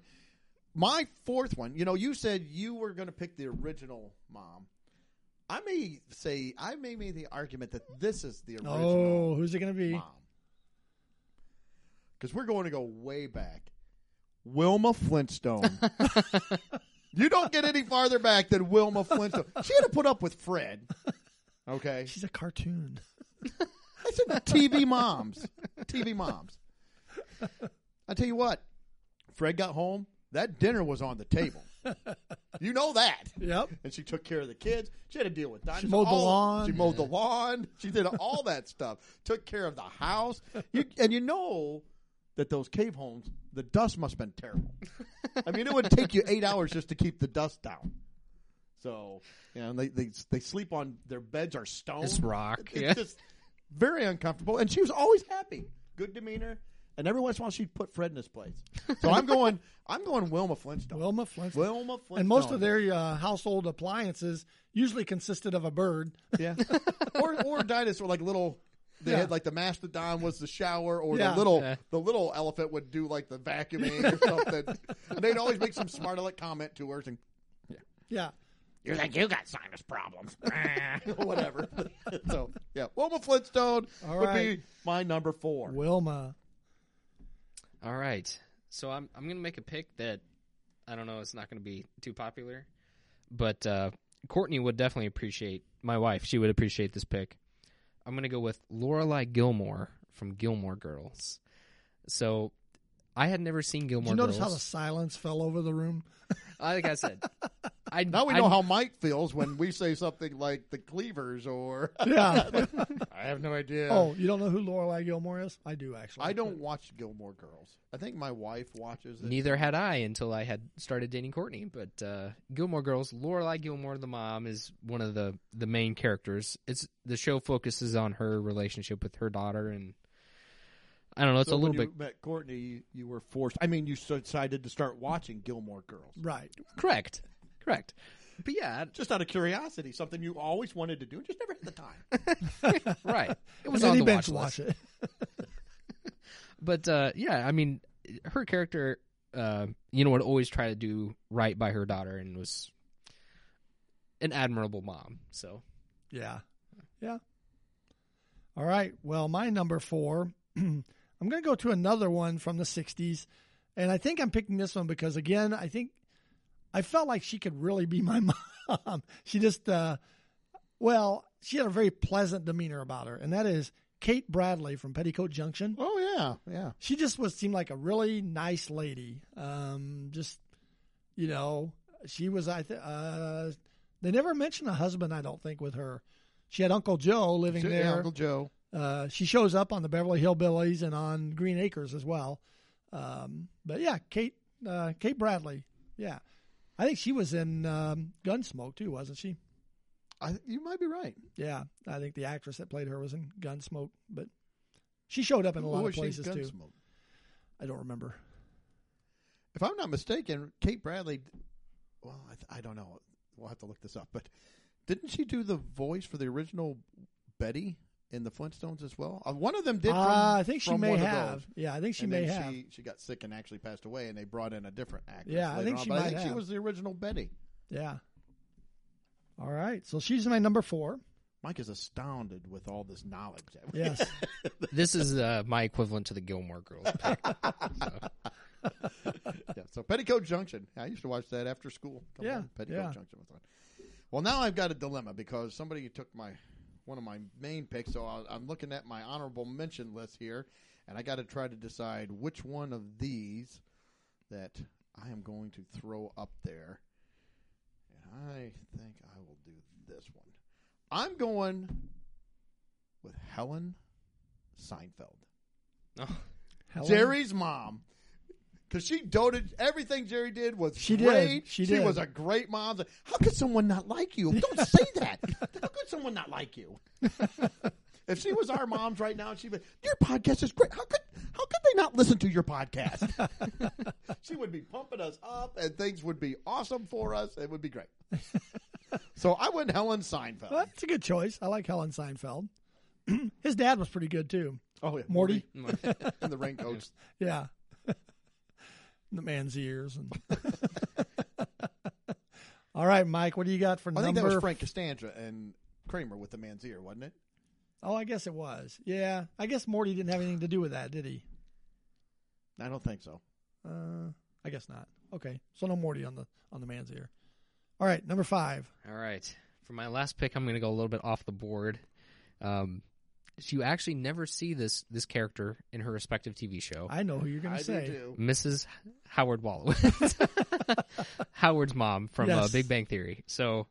[SPEAKER 2] My fourth one, you know, you said you were going to pick the original mom. I may say, I may make the argument that this is the original
[SPEAKER 3] Oh, who's it going to be?
[SPEAKER 2] mom. Because we're going to go way back. Wilma Flintstone. you don't get any farther back than Wilma Flintstone. She had to put up with Fred. Okay.
[SPEAKER 3] She's a cartoon.
[SPEAKER 2] That's in TV moms. TV moms. I tell you what, Fred got home. That dinner was on the table. you know that.
[SPEAKER 3] Yep.
[SPEAKER 2] And she took care of the kids. She had to deal with dinosaurs.
[SPEAKER 3] mowed the
[SPEAKER 2] all-
[SPEAKER 3] lawn.
[SPEAKER 2] She mowed the lawn. She did all that stuff. Took care of the house. You, and you know that those cave homes, the dust must have been terrible. I mean, it would take you eight hours just to keep the dust down. So, you know, and they, they they sleep on their beds are stone.
[SPEAKER 4] It's rock,
[SPEAKER 2] It's
[SPEAKER 4] yeah.
[SPEAKER 2] just very uncomfortable. And she was always happy, good demeanor. And every once in a while, she'd put Fred in his place. So I'm going, I'm going Wilma Flintstone.
[SPEAKER 3] Wilma Flintstone.
[SPEAKER 2] Wilma Flintstone.
[SPEAKER 3] And most of their uh, household appliances usually consisted of a bird.
[SPEAKER 2] yeah, or or dinosaur like little. They
[SPEAKER 3] Yeah.
[SPEAKER 2] had like the mastodon was the shower, or
[SPEAKER 3] Yeah.
[SPEAKER 2] the little
[SPEAKER 4] Yeah.
[SPEAKER 2] the little elephant would do like the vacuuming or something. and they'd always make some smart aleck comment to her, and
[SPEAKER 3] Yeah.
[SPEAKER 2] you think you got sinus problems, whatever. so yeah, Wilma Flintstone
[SPEAKER 3] All
[SPEAKER 2] would
[SPEAKER 3] right.
[SPEAKER 2] be my number four.
[SPEAKER 3] Wilma.
[SPEAKER 4] All right. So I'm I'm gonna make a pick that I don't know. It's not gonna be too popular, but uh, Courtney would definitely appreciate my wife. She would appreciate this pick. I'm gonna go with Lorelai Gilmore from Gilmore Girls. So I had never seen
[SPEAKER 3] Did
[SPEAKER 4] Gilmore
[SPEAKER 3] you notice
[SPEAKER 4] Girls.
[SPEAKER 3] how the silence fell over the room?
[SPEAKER 4] like I said, I
[SPEAKER 2] Now we
[SPEAKER 4] I-
[SPEAKER 2] know how Mike feels when we say something like the Cleavers or
[SPEAKER 3] Yeah.
[SPEAKER 2] I have no idea.
[SPEAKER 3] oh, you don't know who Lorelai Gilmore is? I do actually.
[SPEAKER 2] I don't watch Gilmore Girls. I think my wife watches it.
[SPEAKER 4] Neither had I until I had started dating Courtney. But uh, Gilmore Girls, Lorelai Gilmore, the mom, is one of the the main characters. It's the show focuses on her relationship with her daughter, and I don't know. It's
[SPEAKER 2] so
[SPEAKER 4] a little
[SPEAKER 2] when
[SPEAKER 4] bit
[SPEAKER 2] you met Courtney, you, you were forced. I mean, you so- decided to start watching Gilmore Girls
[SPEAKER 3] Right.
[SPEAKER 4] correct, correct. But yeah,
[SPEAKER 2] just out of curiosity, something you always wanted to do, and just never had the time.
[SPEAKER 4] right. It
[SPEAKER 3] And
[SPEAKER 4] was
[SPEAKER 3] then
[SPEAKER 4] on
[SPEAKER 3] he
[SPEAKER 4] the watch
[SPEAKER 3] bench watch
[SPEAKER 4] list.
[SPEAKER 3] it.
[SPEAKER 4] but uh, yeah, I mean, her character, uh, you know, would always try to do right by her daughter, and was an admirable mom. So
[SPEAKER 3] Yeah. Yeah. All right. Well, my number four, I'm going to go to another one from the 60s. And I think I'm picking this one because, again, I think I felt like she could really be my mom. she just, uh, well, she had a very pleasant demeanor about her. And that is Kate Bradley from Petticoat Junction.
[SPEAKER 2] Oh yeah, yeah.
[SPEAKER 3] She just was seemed like a really nice lady. Um, just, you know, she was, I th- uh, they never mentioned a husband, I don't think, with her. She had Uncle Joe living
[SPEAKER 2] Yeah,
[SPEAKER 3] there.
[SPEAKER 2] Uncle Joe.
[SPEAKER 3] Uh, she shows up on the Beverly Hillbillies and on Green Acres as well. Um, but yeah, Kate uh, Kate Bradley. Yeah, I think she was in um, Gunsmoke too, wasn't she?
[SPEAKER 2] I, you might be right.
[SPEAKER 3] Yeah, I think the actress that played her was in Gunsmoke, but she showed up in a
[SPEAKER 2] Who
[SPEAKER 3] lot of
[SPEAKER 2] was she in
[SPEAKER 3] places too.
[SPEAKER 2] Gunsmoke?
[SPEAKER 3] I don't remember.
[SPEAKER 2] If I'm not mistaken, Kate Bradley. Well, I, th- I don't know. We'll have to look this up. But didn't she do the voice for the original Betty in the Flintstones as well? Uh, one of them did. From,
[SPEAKER 3] Uh, I think she
[SPEAKER 2] from
[SPEAKER 3] may
[SPEAKER 2] one of
[SPEAKER 3] have.
[SPEAKER 2] those.
[SPEAKER 3] Yeah, I think she
[SPEAKER 2] and
[SPEAKER 3] may
[SPEAKER 2] then
[SPEAKER 3] have.
[SPEAKER 2] She, she got sick and actually passed away, and they brought in a different actress.
[SPEAKER 3] Yeah, I
[SPEAKER 2] later
[SPEAKER 3] think
[SPEAKER 2] on,
[SPEAKER 3] she
[SPEAKER 2] but
[SPEAKER 3] might
[SPEAKER 2] I think she
[SPEAKER 3] have.
[SPEAKER 2] was the original Betty.
[SPEAKER 3] Yeah. All right, so she's my number four.
[SPEAKER 2] Mike is astounded with all this knowledge.
[SPEAKER 3] Yes.
[SPEAKER 4] this is uh, my equivalent to the Gilmore Girls. Pick.
[SPEAKER 2] yeah, so Petticoat Junction. I used to watch that after school. Come
[SPEAKER 3] Yeah,
[SPEAKER 2] on, Petticoat
[SPEAKER 3] yeah.
[SPEAKER 2] Junction was on. Well, now I've got a dilemma because somebody took my one of my main picks, so I, I'm looking at my honorable mention list here, and I got to try to decide which one of these that I am going to throw up there. And I think I will do this one. I'm going with Helen Seinfeld.
[SPEAKER 4] No.
[SPEAKER 3] Helen-
[SPEAKER 2] Jerry's mom. Because she doted everything Jerry did was
[SPEAKER 3] She did.
[SPEAKER 2] great.
[SPEAKER 3] She did.
[SPEAKER 2] was a great mom. How could someone not like you? Don't say that. How could someone not like you? if she was our moms right now, she'd be your podcast is great. How could how could they not listen to your podcast? she would be pumping us up and things would be awesome for us. It would be great. so I went Helen Seinfeld.
[SPEAKER 3] Well, that's a good choice. I like Helen Seinfeld. His dad was pretty good too.
[SPEAKER 2] Oh yeah.
[SPEAKER 3] Morty.
[SPEAKER 2] and the raincoats.
[SPEAKER 3] Yeah. the man's ears and All right, Mike, what do you got for
[SPEAKER 2] I think
[SPEAKER 3] number
[SPEAKER 2] that was Frank Costanza and Kramer with the man's ear, wasn't it?
[SPEAKER 3] Oh, I guess it was. Yeah. I guess Morty didn't have anything to do with that, did he?
[SPEAKER 2] I don't think so.
[SPEAKER 3] Uh, I guess not. Okay. So no Morty on the on the man's ear. All right, number 5.
[SPEAKER 4] All right. For my last pick, I'm going to go a little bit off the board. Um, you actually never see this this character in her respective TV show.
[SPEAKER 3] I know who you're going
[SPEAKER 2] I
[SPEAKER 3] to
[SPEAKER 2] do
[SPEAKER 3] say.
[SPEAKER 2] too.
[SPEAKER 4] Mrs. Howard Wallowitz, Howard's mom from uh,
[SPEAKER 3] Yes.
[SPEAKER 4] Big Bang Theory. So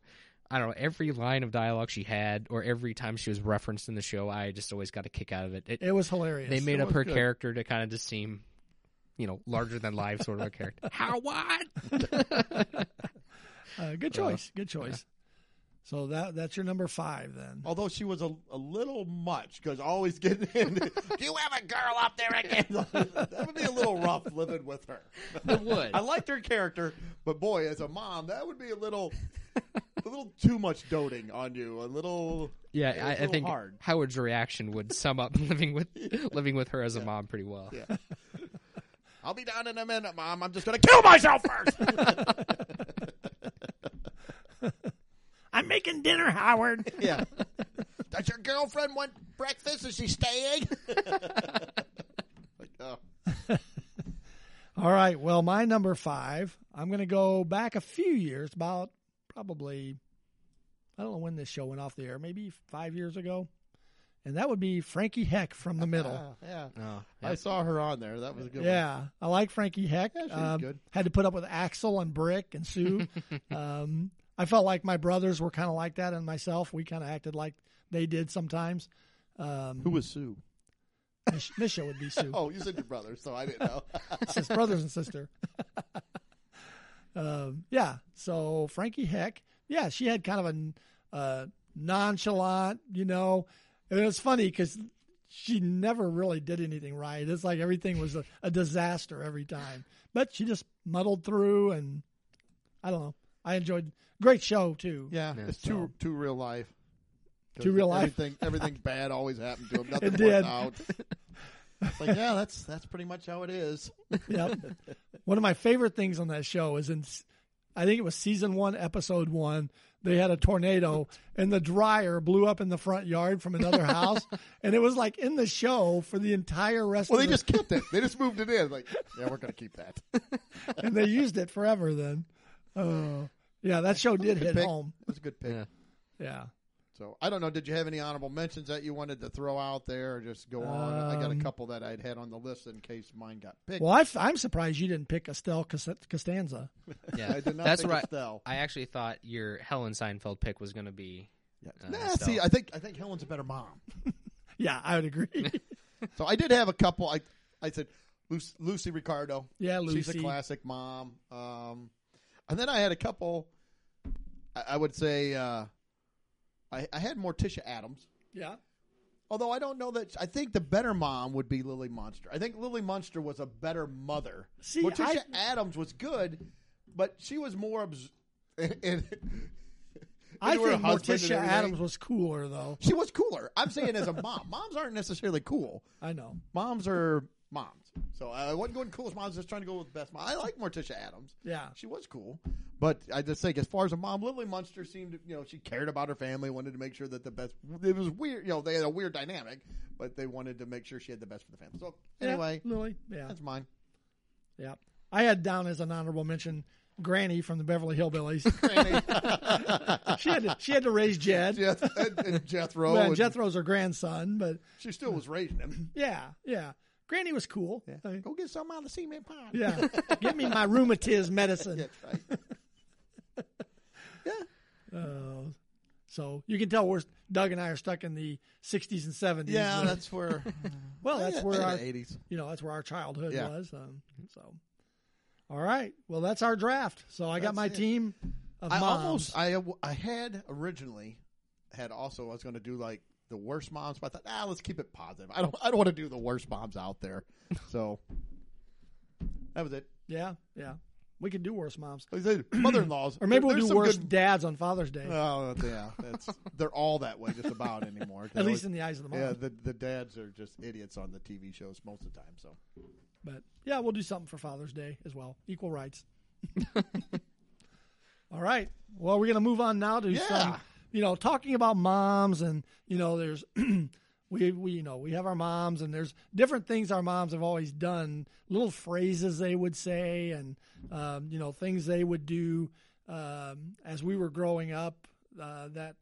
[SPEAKER 4] I don't know every line of dialogue she had, or every time she was referenced in the show. I just always got a kick out of it. It,
[SPEAKER 3] It was hilarious.
[SPEAKER 4] they made
[SPEAKER 2] it
[SPEAKER 4] up
[SPEAKER 2] was
[SPEAKER 4] her
[SPEAKER 2] good.
[SPEAKER 4] character to kind of just seem, you know, larger than life sort of a character. Howard.
[SPEAKER 3] uh, good
[SPEAKER 4] Uh-huh.
[SPEAKER 3] choice. Good choice. So that that's your number five then.
[SPEAKER 2] Although she was a, a little much because always getting in. Do you have a girl up there again? that would be a little rough living with her.
[SPEAKER 4] It would.
[SPEAKER 2] I liked her character, but boy, as a mom, that would be a little, a little too much doting on you. A little,
[SPEAKER 4] Yeah,
[SPEAKER 2] It was a
[SPEAKER 4] I, I
[SPEAKER 2] little
[SPEAKER 4] think
[SPEAKER 2] hard.
[SPEAKER 4] Howard's reaction would sum up living with living with her as a mom pretty well.
[SPEAKER 2] yeah. I'll be down in a minute, mom. I'm just gonna kill myself first.
[SPEAKER 3] I'm making dinner, Howard.
[SPEAKER 2] yeah. Does your girlfriend want breakfast? Is she staying? like, oh.
[SPEAKER 3] All right. Well, my number five. I'm going to go back a few years, about probably I don't know when this show went off the air, maybe five years ago, and that would be Frankie Heck from the middle.
[SPEAKER 2] Ah, yeah.
[SPEAKER 4] Oh,
[SPEAKER 2] I saw her on there. That was a good one.
[SPEAKER 3] Yeah, I like Frankie Heck.
[SPEAKER 2] Yeah, she's
[SPEAKER 3] Um,
[SPEAKER 2] good.
[SPEAKER 3] Had to put up with Axel and Brick and Sue. um, I felt like my brothers were kind of like that, and myself, we kind of acted like they did sometimes. Um,
[SPEAKER 2] Who was Sue?
[SPEAKER 3] Mish- Misha would be Sue.
[SPEAKER 2] Oh, you said your brother, so I didn't know.
[SPEAKER 3] It's his brothers and sister. um, yeah. So Frankie Heck, yeah, she had kind of a n- uh, nonchalant, you know, and it was funny because she never really did anything right. It's like everything was a, a disaster every time, but she just muddled through, and I don't know. I enjoyed great show too.
[SPEAKER 2] yeah, it's too too real life.
[SPEAKER 3] Too real life.
[SPEAKER 2] Everything everything bad always happened to him. Nothing worked
[SPEAKER 3] did.
[SPEAKER 2] out. It's like yeah, that's that's pretty much how it is.
[SPEAKER 3] yep. One of my favorite things on that show is in, I think it was season one, episode one. They had a tornado and the dryer blew up in the front yard from another house, and it was like in the show for the entire rest.
[SPEAKER 2] Well, they
[SPEAKER 3] of the,
[SPEAKER 2] just kept it. They just moved it in. Like yeah, we're gonna keep that.
[SPEAKER 3] and they used it forever. Then, oh yeah, that show did
[SPEAKER 2] Good
[SPEAKER 3] hit
[SPEAKER 2] pick.
[SPEAKER 3] home.
[SPEAKER 2] That's a good pick.
[SPEAKER 4] Yeah.
[SPEAKER 3] Yeah,
[SPEAKER 2] So I don't know. Did you have any honorable mentions that you wanted to throw out there, or just go on? I got a
[SPEAKER 3] Um,
[SPEAKER 2] couple that I'd had on the list in case mine got picked.
[SPEAKER 3] well, I f- I'm surprised you didn't pick Estelle Cas- Costanza.
[SPEAKER 4] yeah.
[SPEAKER 2] I did not
[SPEAKER 4] That's
[SPEAKER 2] think
[SPEAKER 4] right.
[SPEAKER 2] Estelle.
[SPEAKER 4] I actually thought your Helen Seinfeld pick was going to be. uh,
[SPEAKER 2] nah,
[SPEAKER 4] Estelle.
[SPEAKER 2] see, I think I think Helen's a better mom.
[SPEAKER 3] Yeah, I would agree.
[SPEAKER 2] So I did have a couple. I I said Lucy, Lucy Ricardo.
[SPEAKER 3] Yeah,
[SPEAKER 2] she's
[SPEAKER 3] Lucy.
[SPEAKER 2] a classic mom. Um, and then I had a couple. I, I would say uh, I, I had Morticia Adams.
[SPEAKER 3] yeah,
[SPEAKER 2] Although I don't know that I think the better mom would be Lily Munster. I think Lily Munster was a better mother.
[SPEAKER 3] See,
[SPEAKER 2] Morticia
[SPEAKER 3] I-
[SPEAKER 2] Adams was good, but she was more. Obs- and, and-
[SPEAKER 3] I
[SPEAKER 2] and her
[SPEAKER 3] think
[SPEAKER 2] husband and
[SPEAKER 3] Morticia
[SPEAKER 2] everything.
[SPEAKER 3] Adams was cooler though.
[SPEAKER 2] She was cooler. I'm saying as a mom. Moms aren't necessarily cool
[SPEAKER 3] I know.
[SPEAKER 2] moms are moms. So I wasn't going cool as moms, just trying to go with best mom. I like Morticia Adams.
[SPEAKER 3] Yeah,
[SPEAKER 2] She was cool. But I just think as far as a mom, Lily Munster seemed, you know, she cared about her family, wanted to make sure that the best, it was weird, you know, they had a weird dynamic, but they wanted to make sure she had the best for the family. So anyway,
[SPEAKER 3] yeah, Mm. Lily. Yeah,
[SPEAKER 2] that's mine.
[SPEAKER 3] Yeah. I had down as an honorable mention Granny from the Beverly Hillbillies. she had to, she had to raise Jed.
[SPEAKER 2] Jeth, and, and Jethro.
[SPEAKER 3] Well,
[SPEAKER 2] oh, and
[SPEAKER 3] Jethro's her grandson, but
[SPEAKER 2] She still was raising him.
[SPEAKER 3] yeah, yeah. Granny was cool. I mean,
[SPEAKER 2] Go get some out of the cement pond.
[SPEAKER 3] Yeah. Give me my rheumatiz medicine.
[SPEAKER 2] That's right.
[SPEAKER 3] Uh, so you can tell we're Doug and I are stuck in the 60s and 70s.
[SPEAKER 2] Yeah,
[SPEAKER 3] but-
[SPEAKER 2] that's where.
[SPEAKER 3] well, that's where our
[SPEAKER 2] the 80s.
[SPEAKER 3] you know that's where our childhood
[SPEAKER 2] Yeah.
[SPEAKER 3] was. Um, so, all right, well that's our draft. So I
[SPEAKER 2] That's
[SPEAKER 3] got my
[SPEAKER 2] it.
[SPEAKER 3] team of
[SPEAKER 2] I
[SPEAKER 3] moms.
[SPEAKER 2] almost I uh, I had originally had also I was going to do like the worst moms, but I thought ah let's keep it positive. I don't I don't want to do the worst moms out there. So that was it.
[SPEAKER 3] yeah, yeah. We can do worse moms,
[SPEAKER 2] Like I said, mother-in-laws,
[SPEAKER 3] or maybe
[SPEAKER 2] there-
[SPEAKER 3] we'll
[SPEAKER 2] there's
[SPEAKER 3] do
[SPEAKER 2] some
[SPEAKER 3] worse
[SPEAKER 2] good-
[SPEAKER 3] dads on Father's Day.
[SPEAKER 2] oh yeah, that's they're all that way just about anymore.
[SPEAKER 3] at least in the eyes of the mom.
[SPEAKER 2] yeah, the the dads are just idiots on the TV shows most of the time. So
[SPEAKER 3] But yeah, we'll do something for Father's Day as well. Equal rights. All right. Well, we're going to move on now to
[SPEAKER 2] Yeah.
[SPEAKER 3] some, you know, talking about moms and, you know, there's we we you know, we have our moms and there's different things our moms have always done, little phrases they would say and um, you know, things they would do um, as we were growing up uh, that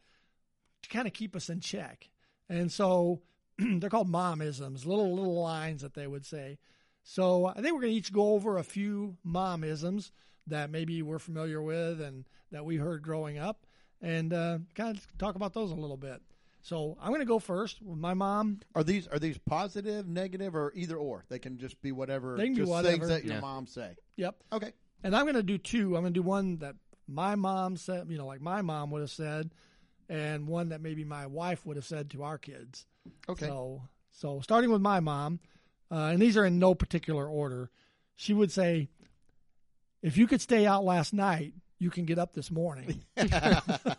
[SPEAKER 3] to kind of keep us in check. And so they're called momisms, little little lines that they would say. So I think we're going to each go over a few momisms that maybe we're familiar with and that we heard growing up, and uh, kind of talk about those a little bit. So I'm going to go first with my mom.
[SPEAKER 2] Are these are these positive, negative, or either or? They can just be whatever.
[SPEAKER 3] They can be
[SPEAKER 2] just
[SPEAKER 3] whatever.
[SPEAKER 2] things that your
[SPEAKER 4] Yeah.
[SPEAKER 2] mom say.
[SPEAKER 3] Yep,
[SPEAKER 2] Okay.
[SPEAKER 3] And I'm going to do two. I'm going to do one that my mom said, you know, like my mom would have said, and one that maybe my wife would have said to our kids.
[SPEAKER 2] Okay.
[SPEAKER 3] So, so starting with my mom, uh, and these are in no particular order, she would say, if you could stay out last night, you can get up this morning.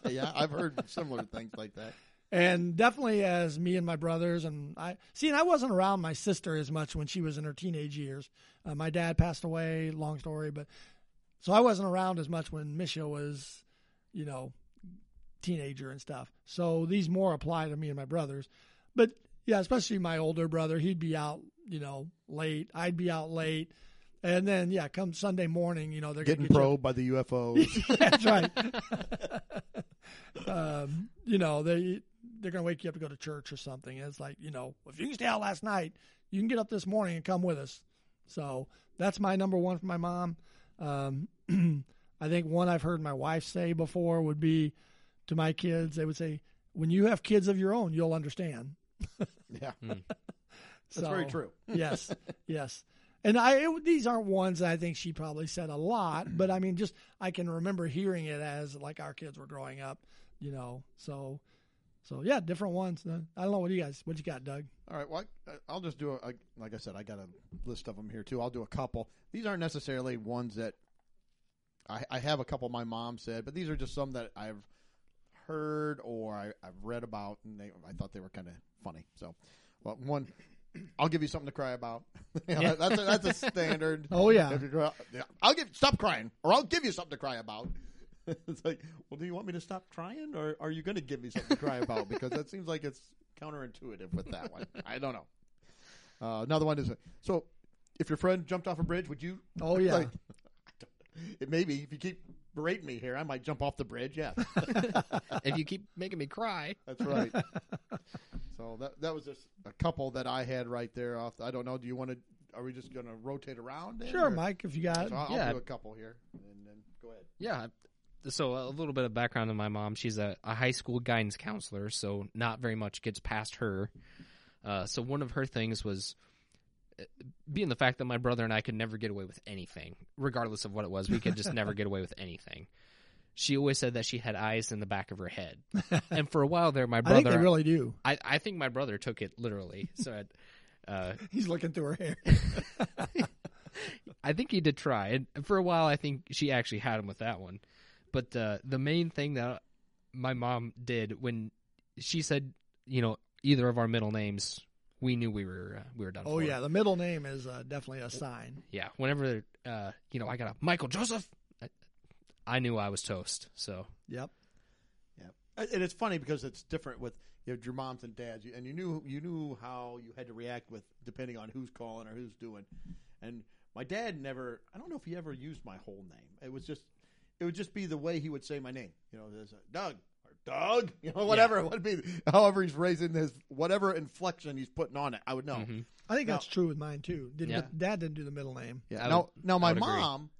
[SPEAKER 2] yeah, I've heard similar things like that.
[SPEAKER 3] and definitely as me and my brothers and I see, and I wasn't around my sister as much when she was in her teenage years. Uh, my dad passed away. Long story, but so I wasn't around as much when Misha was, you know, teenager and stuff. So these more apply to me and my brothers, but yeah, especially my older brother. He'd be out, you know, late. I'd be out late, and then yeah, come Sunday morning, you know, they're
[SPEAKER 2] Getting
[SPEAKER 3] gonna get you-
[SPEAKER 2] probed by the UFOs.
[SPEAKER 3] that's right. um, you know, they they're gonna wake you up to go to church or something. And it's like, you know, if you can stay out last night, you can get up this morning and come with us. So that's my number one for my mom. Um, I think one I've heard my wife say before would be to my kids. They would say, "When you have kids of your own, you'll understand."
[SPEAKER 2] yeah,
[SPEAKER 3] So,
[SPEAKER 2] that's very true.
[SPEAKER 3] yes, yes. And I it, these aren't ones that I think she probably said a lot, but I mean, just I can remember hearing it as like our kids were growing up, you know. So, so yeah, different ones. Uh, I don't know what do you guys what you got, Doug.
[SPEAKER 2] All right. Well, I, I'll just do a, I, like I said, I got a list of them here too. I'll do a couple. These aren't necessarily ones that I, I have a couple my mom said, but these are just some that I've heard or I, I've read about, and they I thought they were kind of funny. So, well, one, I'll give you something to cry about. You know, that's a, that's a standard.
[SPEAKER 3] Oh, yeah.
[SPEAKER 2] If you cry- yeah, I'll give stop crying, or I'll give you something to cry about. it's like, well, do you want me to stop crying, or are you going to give me something to cry about? Because that seems like it's counterintuitive with that one. I don't know. Uh, another one is so. If your friend jumped off a bridge, would you?
[SPEAKER 3] Oh, yeah.
[SPEAKER 2] Like, it maybe if you keep berating me here, I might jump off the bridge. Yeah,
[SPEAKER 4] if you keep making me cry,
[SPEAKER 2] that's right. so that that was just a couple that I had right there. Off, I don't know. Do you want to? Are we just going to rotate around? then,
[SPEAKER 3] Sure,
[SPEAKER 2] or-
[SPEAKER 3] Mike, if you got
[SPEAKER 2] So I'll,
[SPEAKER 4] Yeah.
[SPEAKER 2] I'll do a couple here, and then go ahead.
[SPEAKER 4] yeah. So a little bit of background on my mom. She's a, a high school guidance counselor, so not very much gets past her. Uh, so one of her things was uh, being the fact that my brother and I could never get away with anything, regardless of what it was. We could just never get away with anything. She always said that she had eyes in the back of her head, and for a while there, my
[SPEAKER 3] I think
[SPEAKER 4] brother,
[SPEAKER 3] they really do.
[SPEAKER 4] I, I think my brother took it literally. So. I'd, uh,
[SPEAKER 3] He's looking through her hair.
[SPEAKER 4] I think he did try. And for a while, I think she actually had him with that one. But uh, the main thing that my mom did when she said, you know, either of our middle names, we knew we were uh, we were done.
[SPEAKER 3] Oh
[SPEAKER 4] for.
[SPEAKER 3] yeah, the middle name is uh, definitely a sign.
[SPEAKER 4] yeah. Whenever uh, you know, I got a Michael Joseph. I, I knew I was toast. So
[SPEAKER 3] Yep.
[SPEAKER 2] Yeah, Uh, and it's funny because it's different with you know, your moms and dads, you- and you knew you knew how you had to react with depending on who's calling or who's doing. And my dad never, I don't know if he ever used my whole name. It was just, it would just be the way he would say my name. You know, there's a Doug or Doug, you know, whatever it would be, however he's raising his whatever inflection he's putting on it. I would know.
[SPEAKER 4] mhm.
[SPEAKER 3] I think
[SPEAKER 2] Now-
[SPEAKER 3] that's true with mine too. Didn't
[SPEAKER 4] Yeah.
[SPEAKER 3] Dad didn't do the middle name.
[SPEAKER 2] Yeah.
[SPEAKER 4] I
[SPEAKER 2] now,
[SPEAKER 4] would-
[SPEAKER 2] now
[SPEAKER 4] I
[SPEAKER 2] my
[SPEAKER 4] would agree.
[SPEAKER 2] mom,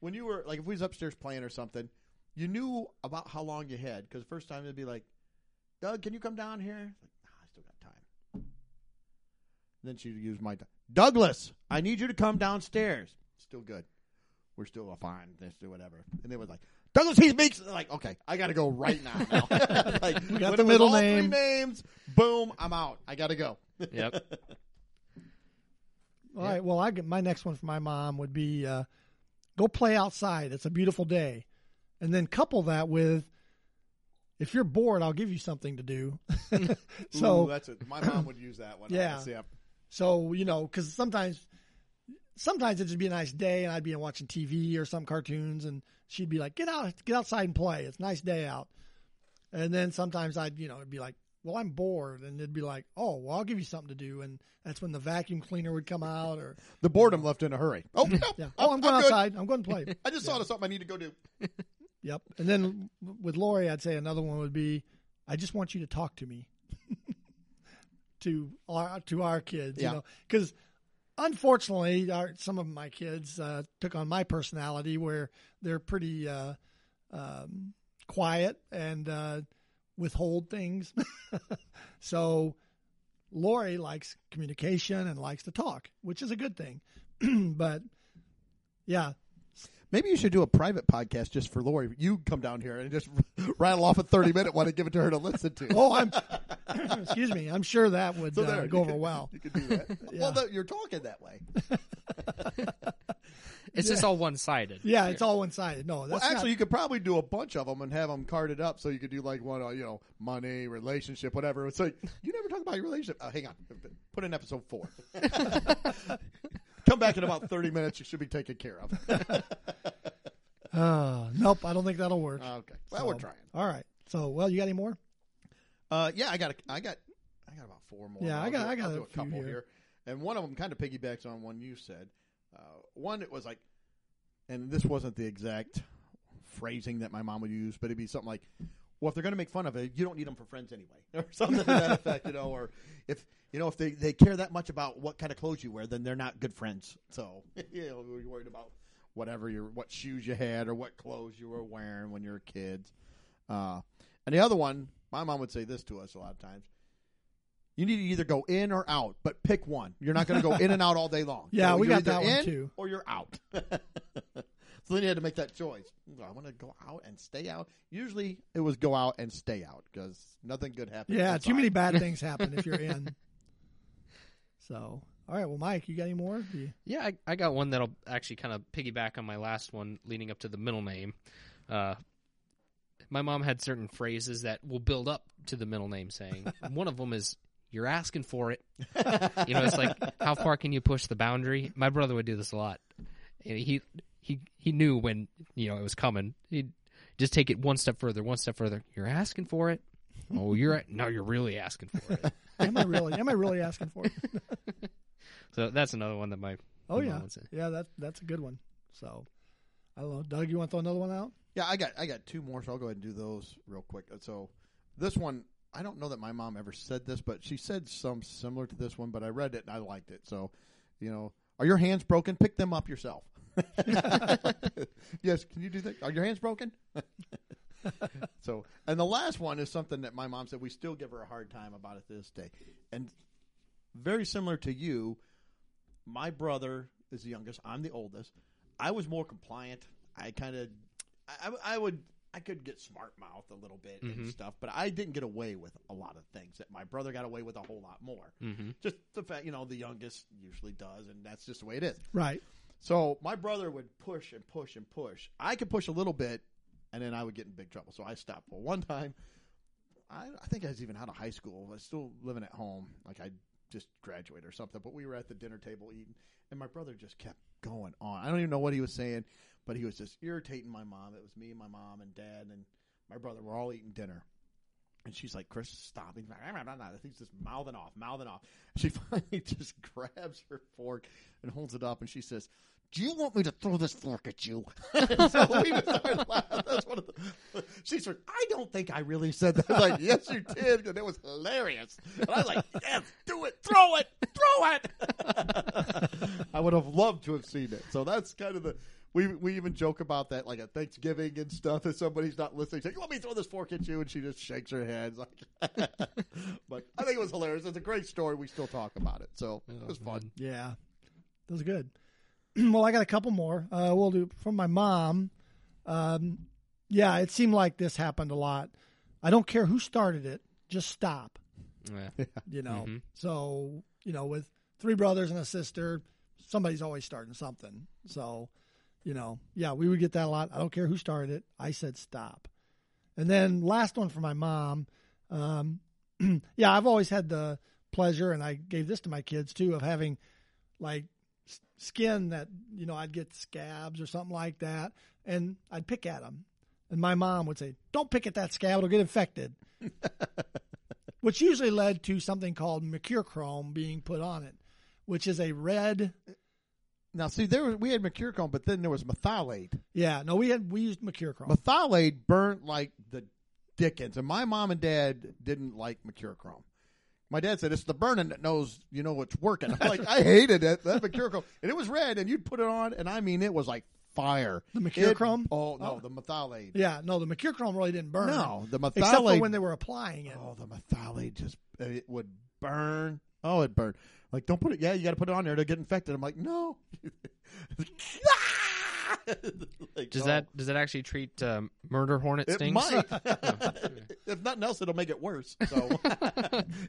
[SPEAKER 2] when you were like, if we was upstairs playing or something, you knew about how long you had because the first time it'd be like, "Doug, can you come down here?" It's like, nah, I still got time. Then she'd use my t- Douglas. I need you to come downstairs. Still good. We're still fine. Let's do whatever. And it was like Douglas. He's meeks. Like okay, I got to go right now. now. like,
[SPEAKER 3] We
[SPEAKER 2] when
[SPEAKER 3] got the
[SPEAKER 2] it was
[SPEAKER 3] middle
[SPEAKER 2] all three
[SPEAKER 3] name.
[SPEAKER 2] names. Boom. I'm out. I got to go.
[SPEAKER 4] yep.
[SPEAKER 3] All right. Well, I get, my next one for my mom would be uh, go play outside. It's a beautiful day, and then couple that with if you're bored, I'll give you something to do. so
[SPEAKER 2] Ooh, that's it. My mom would use that one.
[SPEAKER 3] Yeah.
[SPEAKER 2] Yes, Yep.
[SPEAKER 3] so you know, because sometimes sometimes it'd just be a nice day, and I'd be watching TV or some cartoons, and she'd be like, "Get out, get outside and play. It's a nice day out." And then sometimes I'd you know it'd be like. Well, I'm bored, and it'd be like, "Oh, well, I'll give you something to do," and that's when the vacuum cleaner would come out, or
[SPEAKER 2] The boredom left in a hurry. Oh, no.
[SPEAKER 3] yeah, "Oh, I'm going
[SPEAKER 2] good.
[SPEAKER 3] outside. I'm going to play."
[SPEAKER 2] I just thought of something I need to go do.
[SPEAKER 3] Yep. And then with Lori, I'd say another one would be, I just want you to talk to me. to our to our kids,
[SPEAKER 2] Yeah.
[SPEAKER 3] you know, because unfortunately, our, some of my kids uh, took on my personality where they're pretty uh, um, quiet and uh, withhold things. so Lori likes communication and likes to talk, which is a good thing. but yeah,
[SPEAKER 2] Maybe you should do a private podcast just for Lori. You come down here and just rattle off a thirty minute one and give it to her to listen to.
[SPEAKER 3] oh, I'm excuse me, I'm sure that would
[SPEAKER 2] So
[SPEAKER 3] uh,
[SPEAKER 2] there,
[SPEAKER 3] go
[SPEAKER 2] you
[SPEAKER 3] over
[SPEAKER 2] can-
[SPEAKER 3] well.
[SPEAKER 2] You can do that.
[SPEAKER 3] Yeah.
[SPEAKER 2] Well, no, you're talking that way.
[SPEAKER 4] It's just all one sided.
[SPEAKER 3] Yeah, it's all one sided. No,
[SPEAKER 2] Well,
[SPEAKER 3] that's
[SPEAKER 2] actually,
[SPEAKER 3] not-
[SPEAKER 2] you could probably do a bunch of them and have them carded up so you could do like one, on you know, money, relationship, whatever. It's like you never talk about your relationship. Oh, hang on, put in episode four. Come back in about thirty minutes. You should be taken care of.
[SPEAKER 3] Uh, nope, I don't think that'll work.
[SPEAKER 2] Okay, uh, well,
[SPEAKER 3] So,
[SPEAKER 2] we're trying.
[SPEAKER 3] All right. So, well, you got any more?
[SPEAKER 2] Uh, yeah, I got, a, I got, I got about four more.
[SPEAKER 3] Yeah, I
[SPEAKER 2] I'll
[SPEAKER 3] got-
[SPEAKER 2] do-
[SPEAKER 3] I got
[SPEAKER 2] I'll
[SPEAKER 3] a
[SPEAKER 2] do a
[SPEAKER 3] few
[SPEAKER 2] couple
[SPEAKER 3] here.
[SPEAKER 2] and one of them kind of piggybacks on one you said. Uh, one it was like, and this wasn't the exact phrasing that my mom would use, but it'd be something like, "Well, if they're going to make fun of it, you don't need them for friends anyway," or something to that effect, you know. Or if you know if they they care that much about what kind of clothes you wear, then they're not good friends. So you know, you're worried about whatever your what shoes you had or what clothes you were wearing when you were kids. Uh, and the other one, my mom would say this to us a lot of times. You need to either go in or out, but pick one. You're not going to go in and out all day long.
[SPEAKER 3] Yeah,
[SPEAKER 2] So
[SPEAKER 3] we
[SPEAKER 2] you're
[SPEAKER 3] got that
[SPEAKER 2] either
[SPEAKER 3] one
[SPEAKER 2] in
[SPEAKER 3] too.
[SPEAKER 2] Or you're out. so then you had to make that choice. Do I want to go out and stay out. Usually it was go out and stay out because nothing good happens.
[SPEAKER 3] Yeah, too many
[SPEAKER 2] outside.
[SPEAKER 3] bad things happen if you're in. So, all right. Well, Mike, you got any more? Do you-
[SPEAKER 4] Yeah, I, I got one that'll actually kind of piggyback on my last one leading up to the middle name. Uh, my mom had certain phrases that will build up to the middle name saying. one of them is, you're asking for it. you know, it's like, how far can you push the boundary? My brother would do this a lot. And he, he, he knew when, you know, it was coming. He'd just take it one step further, one step further. You're asking for it. Oh, you're, a- no, you're really asking for it.
[SPEAKER 3] Am I really? Am I really asking for it?
[SPEAKER 4] So that's another one that my,
[SPEAKER 3] Oh
[SPEAKER 4] my
[SPEAKER 3] yeah,
[SPEAKER 4] mom would say.
[SPEAKER 3] yeah. That that's a good one. So, I don't know, Doug. You want to throw another one out?
[SPEAKER 2] Yeah, I got I got two more, so I'll go ahead and do those real quick. Uh, So this one, I don't know that my mom ever said this, but she said some similar to this one, but I read it and I liked it. So, you know, are your hands broken? Pick them up yourself. yes, can you do that? Are your hands broken? so, and the last one is something that my mom said we still give her a hard time about it to this day. And very similar to you, my brother is the youngest. I'm the oldest. I was more compliant. I kind of, I, I- I would, I could get smart mouth a little bit and
[SPEAKER 4] Mhm.
[SPEAKER 2] stuff, but I didn't get away with a lot of things that my brother got away with a whole lot more.
[SPEAKER 4] Mm-hmm.
[SPEAKER 2] Just the fact, you know, the youngest usually does, and that's just the way it is.
[SPEAKER 3] Right.
[SPEAKER 2] So my brother would push and push and push. I could push a little bit, and then I would get in big trouble. So I stopped. Well, one time, I, I think I was even out of high school. I was still living at home, like I just graduated or something. But we were at the dinner table eating, and my brother just kept going on. I don't even know what he was saying, but he was just irritating my mom. It was me and my mom and dad and my brother were all eating dinner. And she's like, Chris, stop. He's, like, "Rah, rah, rah, rah." He's just mouthing off, mouthing off. She finally just grabs her fork and holds it up and she says, Do you want me to throw this fork at you? so we just started laughing. That's one of the, she said, I don't think I really said that. I was like, Yes, you did. And it was hilarious. And I was like, Yes, do it. Throw it. Throw it. I would have loved to have seen it. So that's kind of the. We, we even joke about that like at Thanksgiving and stuff. If somebody's not listening, she's like, let me throw this fork at you, and she just shakes her head. Like, but I think it was hilarious. It's a great story. We still talk about it, so it was fun.
[SPEAKER 3] Yeah, that was good. well, I got a couple more. Uh, we'll do from my mom. Um, yeah, it seemed like this happened a lot. I don't care who started it. Just stop.
[SPEAKER 4] Yeah.
[SPEAKER 3] you know.
[SPEAKER 4] Mhm.
[SPEAKER 3] So, you know, with three brothers and a sister, somebody's always starting something. So, you know, yeah, we would get that a lot. I don't care who started it. I said stop. And then last one for my mom. Um, yeah, I've always had the pleasure, and I gave this to my kids too, of having like s- skin that you know I'd get scabs or something like that, and I'd pick at them, and my mom would say, "Don't pick at that scab; it'll get infected," which usually led to something called mercurochrome being put on it, which is a red.
[SPEAKER 2] Now, see, there was, we had mercurochrome, but then there was methylate.
[SPEAKER 3] Yeah, no, we had we used mercurochrome.
[SPEAKER 2] Methylate burnt like the dickens, and my mom and dad didn't like mercurochrome. My dad said it's the burning that knows you know what's working. I'm like, I hated it. That mercurochrome, and it was red, and you'd put it on, and I mean, it was like fire.
[SPEAKER 3] The
[SPEAKER 2] It-
[SPEAKER 3] mercurochrome?
[SPEAKER 2] Oh no, the methylate.
[SPEAKER 3] Yeah, no, the mercurochrome really didn't burn.
[SPEAKER 2] No, the methylate.
[SPEAKER 3] except for when they were applying it.
[SPEAKER 2] Oh, the methylate just it would burn. Oh, it burned. Like, don't put it. Yeah, you got to put it on there to get infected. I'm like, no. Like,
[SPEAKER 4] Does
[SPEAKER 2] oh,
[SPEAKER 4] that does that actually treat um, murder hornet
[SPEAKER 2] It
[SPEAKER 4] stings?
[SPEAKER 2] might. if nothing else, it'll make it worse. So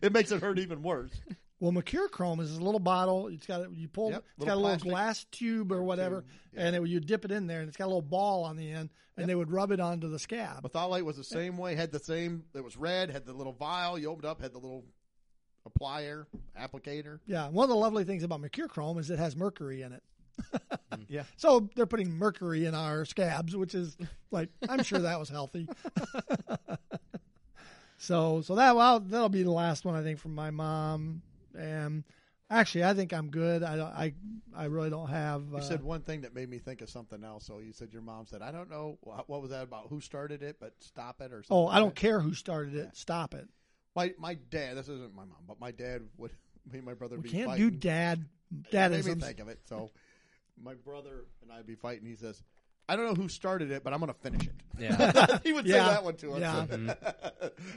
[SPEAKER 2] it makes it hurt even worse.
[SPEAKER 3] Well, mercurochrome is a little bottle. It's got a- you pull.
[SPEAKER 2] Yep,
[SPEAKER 3] it's got a
[SPEAKER 2] little
[SPEAKER 3] little
[SPEAKER 2] plastic
[SPEAKER 3] glass tube or whatever, and it, you dip it in there, and it's got a little ball on the end, and they would rub it onto the scab.
[SPEAKER 2] Methylate was the same way. Had the same. It was red. Had the little vial. You opened up. Had the little applier applicator.
[SPEAKER 3] Yeah, one of the lovely things about mercurochrome is it has mercury in it.
[SPEAKER 2] Yeah.
[SPEAKER 3] So they're putting mercury in our scabs, which is like I'm sure that was healthy. so so that well that'll be the last one I think from my mom. And actually, I think I'm good. I don't, I I really don't have. Uh,
[SPEAKER 2] You said one thing that made me think of something else. So you said your mom said, "I don't know wh- what was that about, who started it, but stop it or something."
[SPEAKER 3] oh, I don't
[SPEAKER 2] like
[SPEAKER 3] care who started it. Stop it.
[SPEAKER 2] that." My my dad. This isn't my mom, but my dad would me and my brother.
[SPEAKER 3] We
[SPEAKER 2] be
[SPEAKER 3] can't
[SPEAKER 2] fighting.
[SPEAKER 3] do dad
[SPEAKER 2] It made me
[SPEAKER 3] dadisms.
[SPEAKER 2] think of it. So my brother and I be fighting. He says, "I don't know who started it, but I'm going to finish it."
[SPEAKER 4] Yeah.
[SPEAKER 2] he would
[SPEAKER 3] Yeah.
[SPEAKER 2] say that one to us.
[SPEAKER 3] Yeah.
[SPEAKER 2] and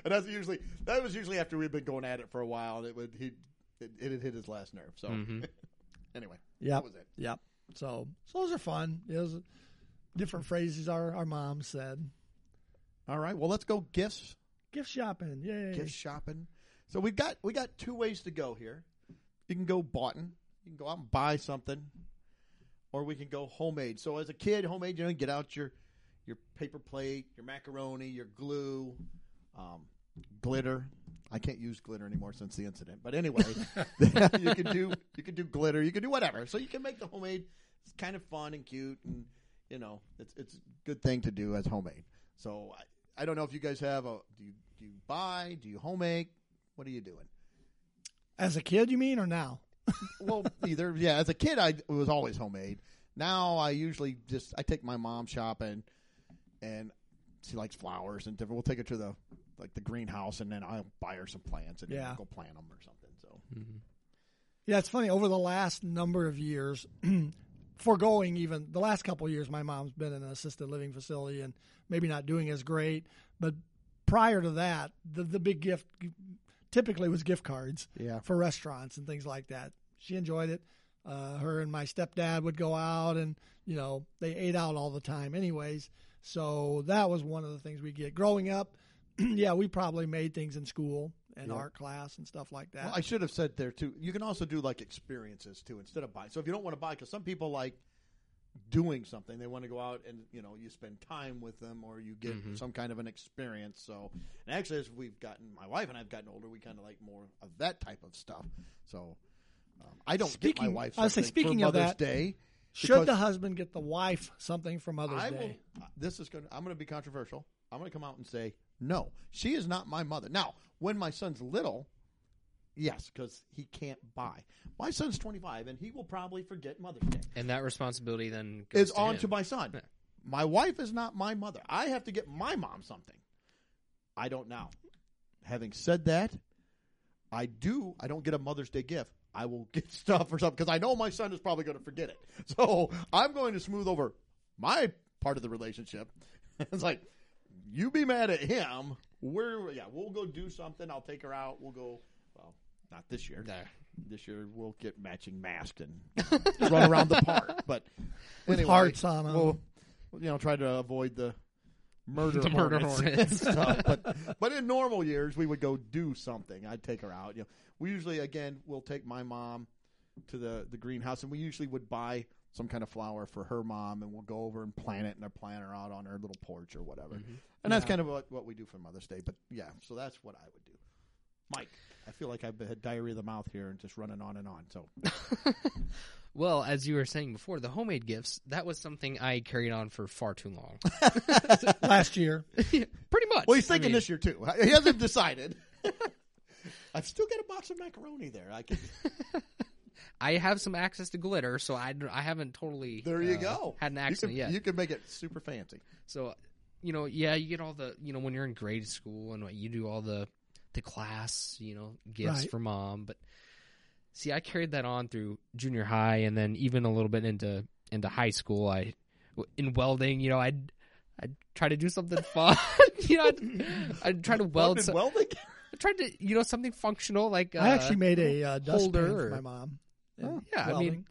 [SPEAKER 2] that's usually that was usually after we'd been going at it for a while. And it would he it, it had hit his last nerve. So
[SPEAKER 4] Mhm.
[SPEAKER 2] anyway,
[SPEAKER 3] Yep.
[SPEAKER 2] that was it.
[SPEAKER 3] Yep. So so those are fun. It was different phrases our our mom said.
[SPEAKER 2] All right. Well, let's go gifts.
[SPEAKER 3] Gift shopping. Yay.
[SPEAKER 2] gift shopping. So we got we got two ways to go here. You can go boughten, you can go out and buy something, or we can go homemade. So as a kid, homemade, you know, you get out your your paper plate, your macaroni, your glue, um, glitter. I can't use glitter anymore since the incident. But anyway, you can do you can do glitter, you can do whatever. So you can make the homemade. It's kind of fun and cute, and you know, it's it's a good thing to do as homemade. So I, I don't know if you guys have a do you do you buy do you homemade? What are you doing?
[SPEAKER 3] As a kid, you mean, or now?
[SPEAKER 2] Well, either yeah. As a kid, I it was always homemade. Now I usually just I take my mom shopping, and she likes flowers and different. We'll take her to the like the greenhouse, and then I'll buy her some plants and then
[SPEAKER 3] Yeah.
[SPEAKER 2] we'll go plant them or something. So
[SPEAKER 3] Yeah, it's funny. Over the last number of years, foregoing even the last couple of years, my mom's been in an assisted living facility and maybe not doing as great. But prior to that, the the big gift typically was gift cards
[SPEAKER 2] yeah,
[SPEAKER 3] for restaurants and things like that. She enjoyed it. Uh, her and my stepdad would go out and, you know, they ate out all the time, anyways. So that was one of the things we get. Growing up, yeah, we probably made things in school and art class and stuff like that.
[SPEAKER 2] Well, I should have said there too. You can also do like experiences too instead of buy. So if you don't want to buy, because some people like doing something, they want to go out and you know you spend time with them or you get
[SPEAKER 3] Mm-hmm.
[SPEAKER 2] some kind of an experience. So and actually, as we've gotten, my wife and I've gotten older, we kind of like more of that type of stuff. So um, I don't get
[SPEAKER 3] Speaking-
[SPEAKER 2] my wife.
[SPEAKER 3] I would say
[SPEAKER 2] something
[SPEAKER 3] speaking
[SPEAKER 2] for
[SPEAKER 3] of
[SPEAKER 2] Mother's
[SPEAKER 3] that,
[SPEAKER 2] Day.
[SPEAKER 3] Should
[SPEAKER 2] because-
[SPEAKER 3] the husband get the wife something for Mother's
[SPEAKER 2] I
[SPEAKER 3] Day?
[SPEAKER 2] will. uh, This is going. to I'm going to be controversial. I'm going to come out and say no. She is not my mother. Now, when my son's little, yes, because he can't buy. My son's 25, and he will probably forget Mother's Day.
[SPEAKER 4] and that responsibility then goes
[SPEAKER 2] Is on
[SPEAKER 4] him.
[SPEAKER 2] to my son.
[SPEAKER 4] Yeah.
[SPEAKER 2] My wife is not my mother. I have to get my mom something. I don't now. Having said that, I do. I don't get a Mother's Day gift. I will get stuff or something because I know my son is probably going to forget it. So I'm going to smooth over my part of the relationship. it's like you be mad at him. We're yeah, we'll go do something. I'll take her out. We'll go. Well, not this year.
[SPEAKER 4] There.
[SPEAKER 2] This year we'll get matching masks and run around the park. But
[SPEAKER 3] With
[SPEAKER 2] anyway,
[SPEAKER 3] hearts on 'em.
[SPEAKER 2] We'll you know try to avoid the murder
[SPEAKER 4] The murder
[SPEAKER 2] hornets
[SPEAKER 4] hornets.
[SPEAKER 2] and stuff. But but in normal years, we would go do something. I'd take her out. You know, we usually again we'll take my mom to the the greenhouse, and we usually would buy some kind of flower for her mom, and we'll go over and plant it in our planter out on her little porch or whatever.
[SPEAKER 4] Mm-hmm.
[SPEAKER 2] And that's kind of what, what we do for Mother's Day. But yeah, so that's what I would do. Mike, I feel like I've had diarrhea of the mouth here and just running on and on. So
[SPEAKER 4] Well, as you were saying before, the homemade gifts, that was something I carried on for far too long.
[SPEAKER 3] Last year,
[SPEAKER 4] Pretty much.
[SPEAKER 2] well, he's
[SPEAKER 4] I
[SPEAKER 2] thinking
[SPEAKER 4] mean,
[SPEAKER 2] this year too. He hasn't decided. I've still got a box of macaroni there. I can.
[SPEAKER 4] I have some access to glitter, so I, I haven't totally
[SPEAKER 2] There you
[SPEAKER 4] uh,
[SPEAKER 2] go.
[SPEAKER 4] had an
[SPEAKER 2] You
[SPEAKER 4] accident
[SPEAKER 2] can-
[SPEAKER 4] yet.
[SPEAKER 2] You can make it super fancy.
[SPEAKER 4] So, you know, yeah, you get all the, you know, when you're in grade school and what you do all the to class, you know, gifts
[SPEAKER 3] Right.
[SPEAKER 4] for mom. But see, I carried that on through junior high and then even a little bit into into high school. I in welding, you know, I'd I'd try to do something fun. you know, I'd, I'd try to weld.
[SPEAKER 2] Bonded
[SPEAKER 4] so-
[SPEAKER 2] welding.
[SPEAKER 4] I tried to, you know, something functional like uh,
[SPEAKER 3] I actually made a uh, dustpan
[SPEAKER 4] holder
[SPEAKER 3] for
[SPEAKER 4] or-
[SPEAKER 3] my mom.
[SPEAKER 4] yeah.
[SPEAKER 2] Oh,
[SPEAKER 4] I mean,
[SPEAKER 3] Welding.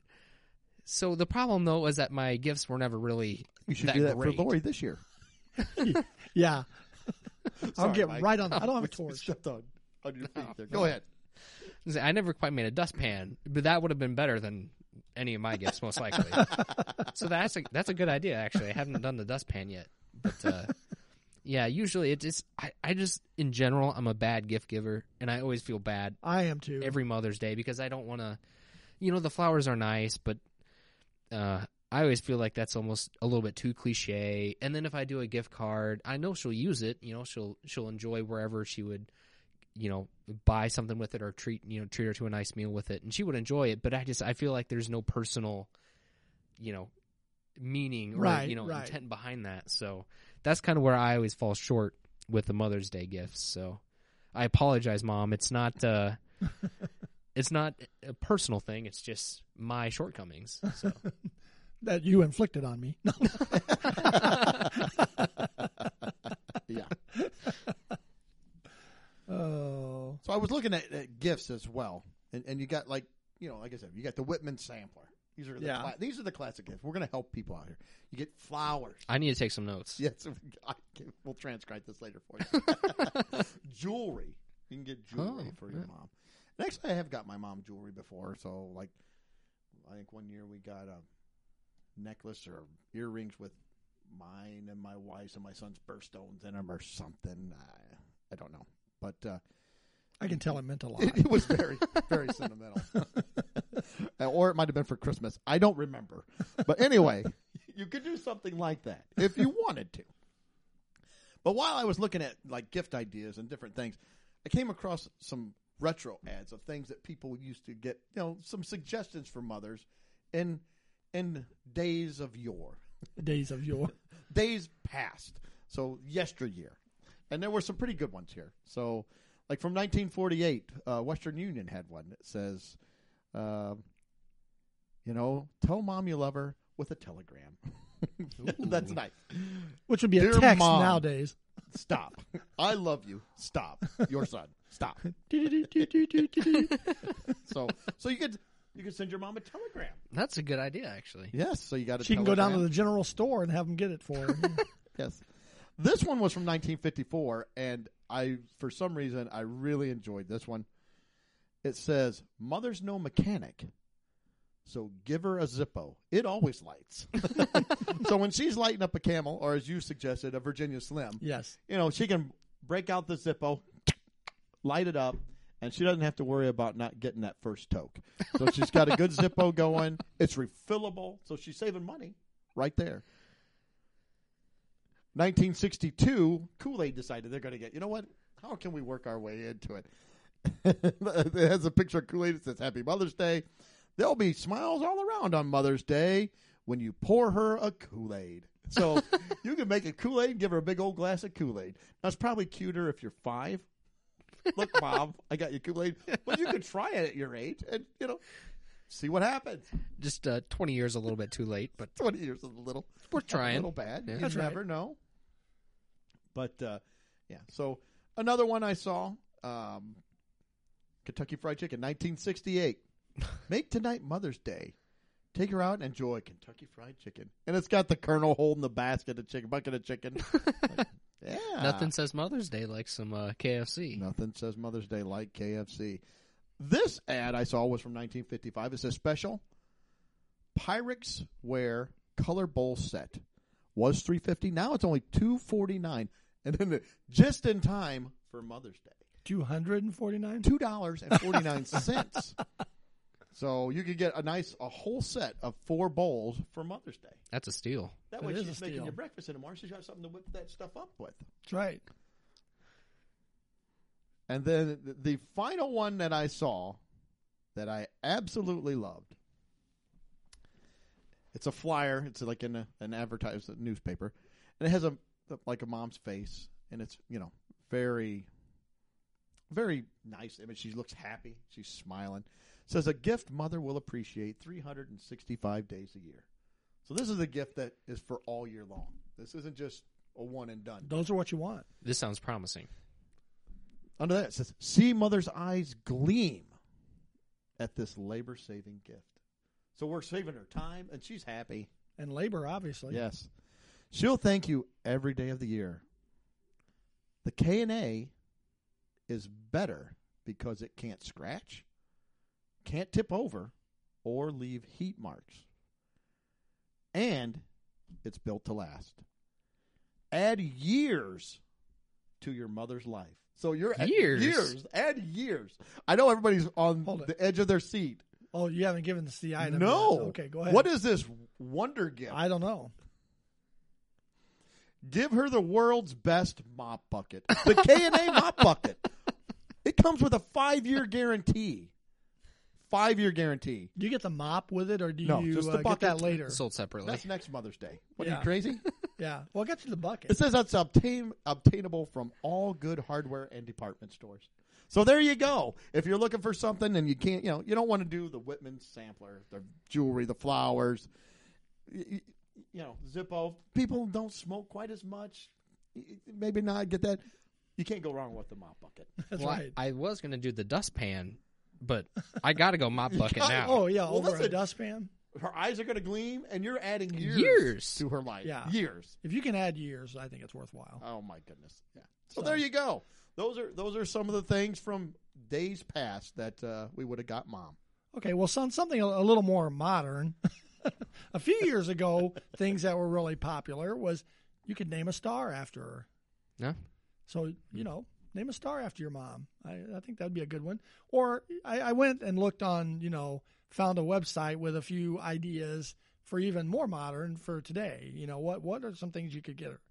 [SPEAKER 4] so the problem though was that my gifts were never really
[SPEAKER 2] You should
[SPEAKER 4] that
[SPEAKER 2] do that
[SPEAKER 4] great.
[SPEAKER 2] for Lori this year.
[SPEAKER 3] yeah, I'll
[SPEAKER 2] Sorry,
[SPEAKER 3] get
[SPEAKER 2] Mike.
[SPEAKER 3] right on. I don't have
[SPEAKER 2] We
[SPEAKER 3] a torch.
[SPEAKER 2] stepped on, on your feet there. Go ahead.
[SPEAKER 4] I never quite made a dustpan, but that would have been better than any of my gifts, most likely. so that's a that's a good idea, actually. I haven't done the dustpan yet, but uh, yeah, usually it just I, I just in general I'm a bad gift giver, and I always feel bad
[SPEAKER 3] I am too.
[SPEAKER 4] every Mother's Day because I don't want to. You know, the flowers are nice, but uh, I always feel like that's almost a little bit too cliche. And then if I do a gift card, I know she'll use it. You know, she'll she'll enjoy wherever she would, you know, buy something with it or treat you know treat her to a nice meal with it, and she would enjoy it. But I just I feel like there's no personal, you know, meaning or
[SPEAKER 3] Right,
[SPEAKER 4] you know
[SPEAKER 3] right.
[SPEAKER 4] intent behind that. So that's kind of where I always fall short with the Mother's Day gifts. So I apologize, mom. It's not. Uh, it's not a personal thing. It's just my shortcomings. So
[SPEAKER 3] that you inflicted on me.
[SPEAKER 2] Yeah.
[SPEAKER 3] oh,
[SPEAKER 2] So I was looking at, at gifts as well, and, and you got like you know, like I said, you got the Whitman sampler. These are the
[SPEAKER 3] Yeah.
[SPEAKER 2] cla- these are the classic gifts. We're going to help people out here. You get flowers.
[SPEAKER 4] I need to take some notes.
[SPEAKER 2] Yes, I can, we'll transcribe this later for you. jewelry. You can get jewelry
[SPEAKER 4] Oh,
[SPEAKER 2] for your
[SPEAKER 4] yeah.
[SPEAKER 2] mom. And actually, I have got my mom jewelry before. So, like, I think one year we got a necklace or earrings with mine and my wife's and my son's birthstones in them or something. I, I don't know, but uh,
[SPEAKER 3] I can tell it meant a lot.
[SPEAKER 2] it, it was very, very sentimental. Uh, or it might have been for Christmas. I don't remember. But anyway, you could do something like that if you wanted to. But while I was looking at like gift ideas and different things, I came across some retro ads of things that people used to get, you know, some suggestions for mothers in in days of yore
[SPEAKER 3] Days of yore.
[SPEAKER 2] days past, so yesteryear, and there were some pretty good ones here. So, like from 1948, uh, Western Union had one that says, um, "You know, tell mom you love her with a telegram." That's nice.
[SPEAKER 3] which would be a
[SPEAKER 2] Dear
[SPEAKER 3] text
[SPEAKER 2] Mom.
[SPEAKER 3] nowadays.
[SPEAKER 2] Stop. I love you. Stop. Your son. Stop. So, so you could you could send your mom a telegram.
[SPEAKER 4] That's a good idea, actually.
[SPEAKER 2] Yes. So you got. a
[SPEAKER 3] she can go down to
[SPEAKER 2] telegram.
[SPEAKER 3] the general store and have them get it for her.
[SPEAKER 2] Yes. This one was from 1954, and I, for some reason, I really enjoyed this one. It says, Mother's no mechanic, so give her a Zippo. It always lights. so when she's lighting up a camel, or as you suggested, a Virginia Slim,
[SPEAKER 3] yes,
[SPEAKER 2] you know, she can break out the Zippo, light it up, and she doesn't have to worry about not getting that first toke. So she's got a good Zippo going. It's refillable, so she's saving money right there. 1962, Kool Aid decided they're going to get, you know what? How can we work our way into it? it has a picture of Kool Aid that says Happy Mother's Day. There'll be smiles all around on Mother's Day when you pour her a Kool Aid. So you can make a Kool Aid and give her a big old glass of Kool Aid. That's probably cuter if you're five. Look, mom, I got you Kool Aid. But you could try it at your age and, you know, see what happens.
[SPEAKER 4] Just uh, 20 years a little bit too late, but
[SPEAKER 2] 20 years is a little
[SPEAKER 4] we're
[SPEAKER 2] a
[SPEAKER 4] trying.
[SPEAKER 2] little bad.
[SPEAKER 4] Yeah.
[SPEAKER 2] You
[SPEAKER 3] That's right.
[SPEAKER 2] never know. But uh, yeah, so another one I saw: um, Kentucky Fried Chicken, 1968. Make tonight Mother's Day. Take her out and enjoy Kentucky Fried Chicken, and it's got the Colonel holding the basket of chicken, bucket of chicken. Like, yeah,
[SPEAKER 3] Ah.
[SPEAKER 4] Nothing says Mother's Day like some uh, KFC.
[SPEAKER 2] Nothing says Mother's Day like KFC. This ad I saw was from 1955. It says special Pyrex ware color bowl set was 350. Now it's only 249, and then the, just in time for Mother's Day,
[SPEAKER 3] two hundred and forty nine.
[SPEAKER 2] two dollars and forty nine cents. So you could get a nice a whole set of four bowls for Mother's Day.
[SPEAKER 4] That's a steal.
[SPEAKER 2] That
[SPEAKER 3] That
[SPEAKER 2] way
[SPEAKER 3] is a
[SPEAKER 2] she's making
[SPEAKER 3] steal.
[SPEAKER 2] your breakfast in the morning. She's got something to whip that stuff up with.
[SPEAKER 3] That's right.
[SPEAKER 2] And then th- the final one that I saw that I absolutely loved. It's a flyer. It's like in a, an advertised newspaper, and it has a like a mom's face, and it's you know very Very nice image. She looks happy. She's smiling. Says a gift mother will appreciate 365 days a year. So this is a gift that is for all year long. This isn't just a one and done.
[SPEAKER 3] Those are what you want.
[SPEAKER 4] This sounds promising.
[SPEAKER 2] Under that it says, "See mother's eyes gleam at this labor saving gift." So we're saving her time, and she's happy.
[SPEAKER 3] And labor, obviously.
[SPEAKER 2] Yes, she'll thank you every day of the year. The K and A is better because it can't scratch, can't tip over, or leave heat marks, and it's built to last. Add years to your mother's life. So you're
[SPEAKER 4] Years?
[SPEAKER 2] years, add years. I know everybody's on
[SPEAKER 3] Hold it.
[SPEAKER 2] the edge of their seat.
[SPEAKER 3] Oh, you haven't given us the item.
[SPEAKER 2] no.
[SPEAKER 3] yet. Okay, go ahead.
[SPEAKER 2] What is this wonder gift?
[SPEAKER 3] I don't know.
[SPEAKER 2] Give her the world's best mop bucket, the K and A mop bucket. It comes with a five year guarantee. Five year guarantee.
[SPEAKER 3] Do you get the mop with it, or do
[SPEAKER 2] No,
[SPEAKER 3] you
[SPEAKER 2] just the
[SPEAKER 3] uh, get
[SPEAKER 2] bucket.
[SPEAKER 3] that later?
[SPEAKER 4] Sold separately.
[SPEAKER 2] That's next Mother's Day. What are
[SPEAKER 3] Yeah.
[SPEAKER 2] you crazy?
[SPEAKER 3] yeah. Well, I got you the bucket.
[SPEAKER 2] It says that's obtain, obtainable from all good hardware and department stores. So there you go. If you're looking for something and you can't, you know, you don't want to do the Whitman sampler, the jewelry, the flowers, y- y- you know, Zippo. People don't smoke quite as much. Y- y- Maybe not get that. You can't go wrong with the mop bucket.
[SPEAKER 3] That's
[SPEAKER 4] well,
[SPEAKER 3] right.
[SPEAKER 4] I, I was gonna do the dustpan, but I gotta go mop bucket now.
[SPEAKER 3] oh yeah,
[SPEAKER 2] Well,
[SPEAKER 3] over
[SPEAKER 2] listen.
[SPEAKER 3] a dustpan.
[SPEAKER 2] Her eyes are going to gleam, and you're adding years,
[SPEAKER 4] Years.
[SPEAKER 2] to her life.
[SPEAKER 3] Yeah.
[SPEAKER 2] Years.
[SPEAKER 3] If you can add years, I think it's worthwhile.
[SPEAKER 2] Oh my goodness. Yeah. So, there you go. Those are those are some of the things from days past that uh, we would have got mom.
[SPEAKER 3] Okay, well, some, something a, a little more modern. a few years ago, things that were really popular was you could name a star after her.
[SPEAKER 4] No?
[SPEAKER 3] So you know, name a star after your mom. I, I think that'd be a good one. Or I, I went and looked on, you know, found a website with a few ideas for even more modern for today. You know, what what are some things you could get her?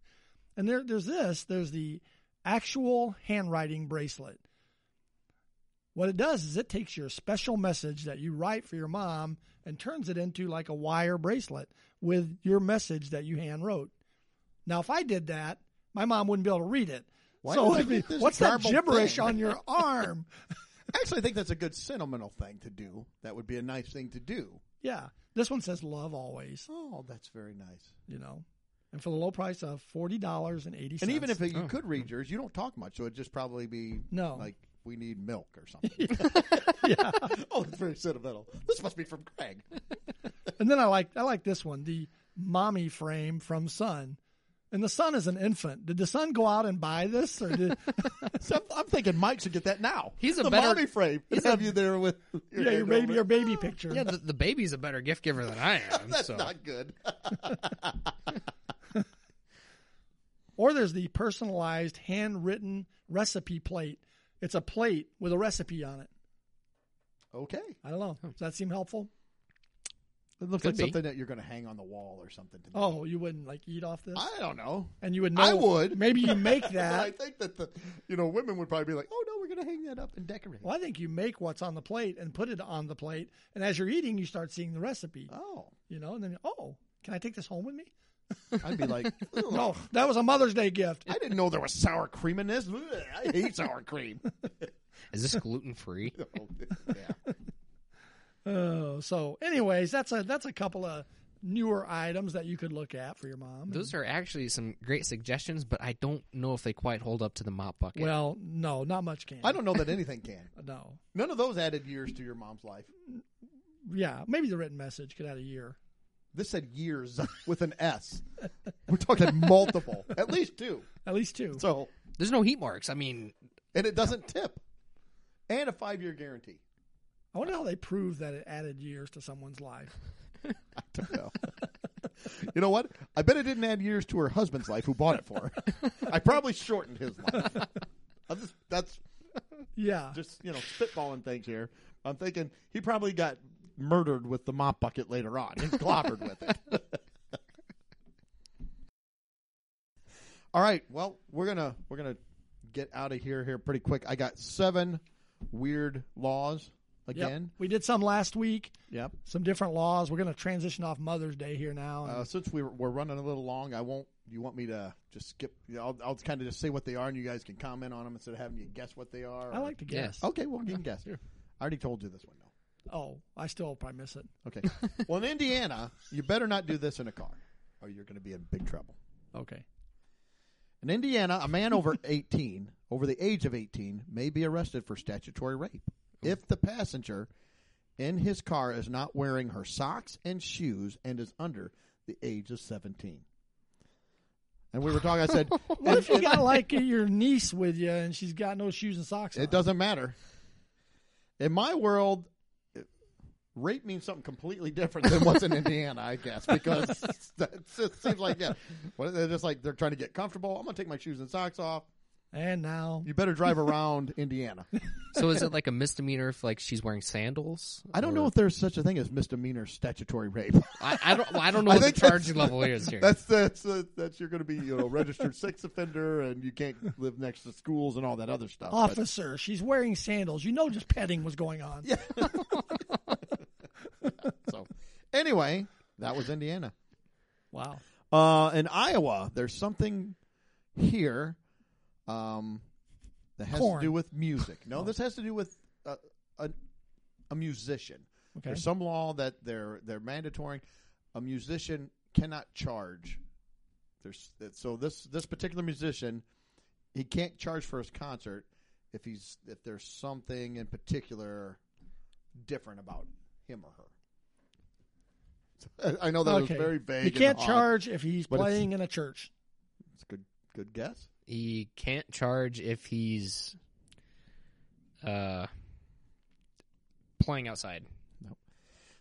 [SPEAKER 3] And there, there's this. There's the actual handwriting bracelet. What it does is it takes your special message that you write for your mom and turns it into like a wire bracelet with your message that you hand wrote. Now, if I did that, my mom wouldn't be able to read it.
[SPEAKER 2] Why did I
[SPEAKER 3] so it'd be,
[SPEAKER 2] get this
[SPEAKER 3] what's that
[SPEAKER 2] garbled
[SPEAKER 3] gibberish
[SPEAKER 2] thing?
[SPEAKER 3] on your arm?
[SPEAKER 2] Actually, I think that's a good sentimental thing to do. That would be a nice thing to do.
[SPEAKER 3] yeah, this one says love always,
[SPEAKER 2] Oh, that's very nice.
[SPEAKER 3] you know, and for the low price of forty dollars and eighty cents.
[SPEAKER 2] And even if you
[SPEAKER 4] Oh.
[SPEAKER 2] could read yours, you don't talk much, so it'd just probably be
[SPEAKER 3] No.
[SPEAKER 2] like we need milk or something.
[SPEAKER 3] yeah,
[SPEAKER 2] oh, it's very sentimental. This must be from Craig.
[SPEAKER 3] and then I like I like this one, the mommy frame from Sun. And the son is an infant. Did the son go out and buy this, or did,
[SPEAKER 2] So I'm, I'm thinking Mike should get that now.
[SPEAKER 4] He's a
[SPEAKER 2] the
[SPEAKER 4] better-
[SPEAKER 2] mommy frame. He's have you there with
[SPEAKER 3] yeah, your
[SPEAKER 2] hand
[SPEAKER 3] baby,
[SPEAKER 2] over it.
[SPEAKER 3] your baby picture?
[SPEAKER 4] Yeah, the, the baby's a better gift giver than I am.
[SPEAKER 2] That's
[SPEAKER 4] so
[SPEAKER 2] not good.
[SPEAKER 3] Or there's the personalized handwritten recipe plate. It's a plate with a recipe on it.
[SPEAKER 2] okay,
[SPEAKER 3] I don't know. Does that seem helpful?
[SPEAKER 2] it looks
[SPEAKER 4] Could
[SPEAKER 2] like
[SPEAKER 4] be.
[SPEAKER 2] something that you're going to hang on the wall or something. To me.
[SPEAKER 3] Oh, you wouldn't like eat off this,
[SPEAKER 2] I don't know.
[SPEAKER 3] and you would know.
[SPEAKER 2] I would.
[SPEAKER 3] Maybe you make
[SPEAKER 2] But I
[SPEAKER 3] that.
[SPEAKER 2] think that the you know women would probably be like, oh no, we're going to hang that up and decorate.
[SPEAKER 3] Well, I think you make what's on the plate and put it on the plate, and as you're eating, you start seeing the recipe.
[SPEAKER 2] Oh,
[SPEAKER 3] You know, and then oh, can I take this home with me?
[SPEAKER 2] I'd be like, no,
[SPEAKER 3] No, that was a Mother's Day gift.
[SPEAKER 2] I didn't know there was sour cream in this. Ugh, I hate sour cream.
[SPEAKER 4] is this gluten free?
[SPEAKER 2] Oh, yeah.
[SPEAKER 3] Oh, so anyways, that's a that's a couple of newer items that you could look at for your mom.
[SPEAKER 4] Those are actually some great suggestions, but I don't know if they quite hold up to the mop bucket.
[SPEAKER 3] well, no, not much can.
[SPEAKER 2] I don't know that anything can.
[SPEAKER 3] No,
[SPEAKER 2] None of those added years to your mom's life.
[SPEAKER 3] yeah, maybe the written message could add a year.
[SPEAKER 2] This said years with an S. We're talking multiple, at least two.
[SPEAKER 3] At least two.
[SPEAKER 2] So,
[SPEAKER 4] there's no heat marks. I mean,
[SPEAKER 2] and it doesn't tip, and a five-year guarantee.
[SPEAKER 3] I wonder how they prove that it added years to someone's life.
[SPEAKER 2] don't know. you know what? I bet it didn't add years to her husband's life, who bought it for her. I probably shortened his life. I'm just, that's
[SPEAKER 3] Yeah.
[SPEAKER 2] just you know spitballing things here. I'm thinking he probably got murdered with the mop bucket later on and clobbered with it. All right, well we're gonna we're gonna get out of here here pretty quick. I got seven weird laws
[SPEAKER 3] Yep.
[SPEAKER 2] again.
[SPEAKER 3] We did some last week,
[SPEAKER 2] Yep.
[SPEAKER 3] some different laws. We're going to transition off Mother's Day here now.
[SPEAKER 2] Uh, since we were, we're running a little long, I won't you want me to just skip? You know, I'll, I'll kind of just say what they are, and you guys can comment on them instead of having you guess what they are.
[SPEAKER 3] I
[SPEAKER 2] or-
[SPEAKER 3] like to guess.
[SPEAKER 2] Okay, well you can guess. I already told you this one though.
[SPEAKER 3] Oh, I still probably miss it.
[SPEAKER 2] Okay. well, in Indiana, you better not do this in a car, or you're going to be in big trouble.
[SPEAKER 3] Okay.
[SPEAKER 2] In Indiana, a man over 18, over the age of 18, may be arrested for statutory rape if the passenger in his car is not wearing her socks and shoes and is under the age of 17. And we were talking, I said,
[SPEAKER 3] What if you got like your niece with you and she's got no shoes and socks? on?
[SPEAKER 2] it doesn't matter. In my world, rape means something completely different than what's in Indiana, I guess, because that just seems like, yeah, what, they're just like, they're trying to get comfortable. I'm going to take my shoes and socks off.
[SPEAKER 3] And now,
[SPEAKER 2] You better drive around Indiana.
[SPEAKER 4] So is it like a misdemeanor if like she's wearing sandals?
[SPEAKER 2] I don't
[SPEAKER 4] Or-
[SPEAKER 2] know if there's such a thing as misdemeanor statutory rape.
[SPEAKER 4] I, I don't. well, I don't know
[SPEAKER 2] I
[SPEAKER 4] what the
[SPEAKER 2] think that's-
[SPEAKER 4] charging level is here.
[SPEAKER 2] that's that's uh, that's you're going to be you know registered sex offender and you can't live next to schools and all that other stuff. but-
[SPEAKER 3] officer, she's wearing sandals. You know, just petting was going on. Yeah.
[SPEAKER 2] so anyway, that was Indiana.
[SPEAKER 3] Wow.
[SPEAKER 2] Uh, in Iowa, there's something here um, that has
[SPEAKER 3] Corn.
[SPEAKER 2] to do with music. No, this has to do with uh, a, a musician.
[SPEAKER 3] Okay.
[SPEAKER 2] There's some law that they're they're mandatory. A musician cannot charge. There's so this this particular musician, he can't charge for his concert if he's if there's something in particular different about him or her. So, I I know that
[SPEAKER 3] Okay.
[SPEAKER 2] was very vague.
[SPEAKER 3] You
[SPEAKER 2] and
[SPEAKER 3] can't
[SPEAKER 2] odd.
[SPEAKER 3] charge if he's
[SPEAKER 2] but it's-
[SPEAKER 3] playing in a church.
[SPEAKER 2] It's a good good guess.
[SPEAKER 4] He can't charge if he's uh playing outside.
[SPEAKER 2] It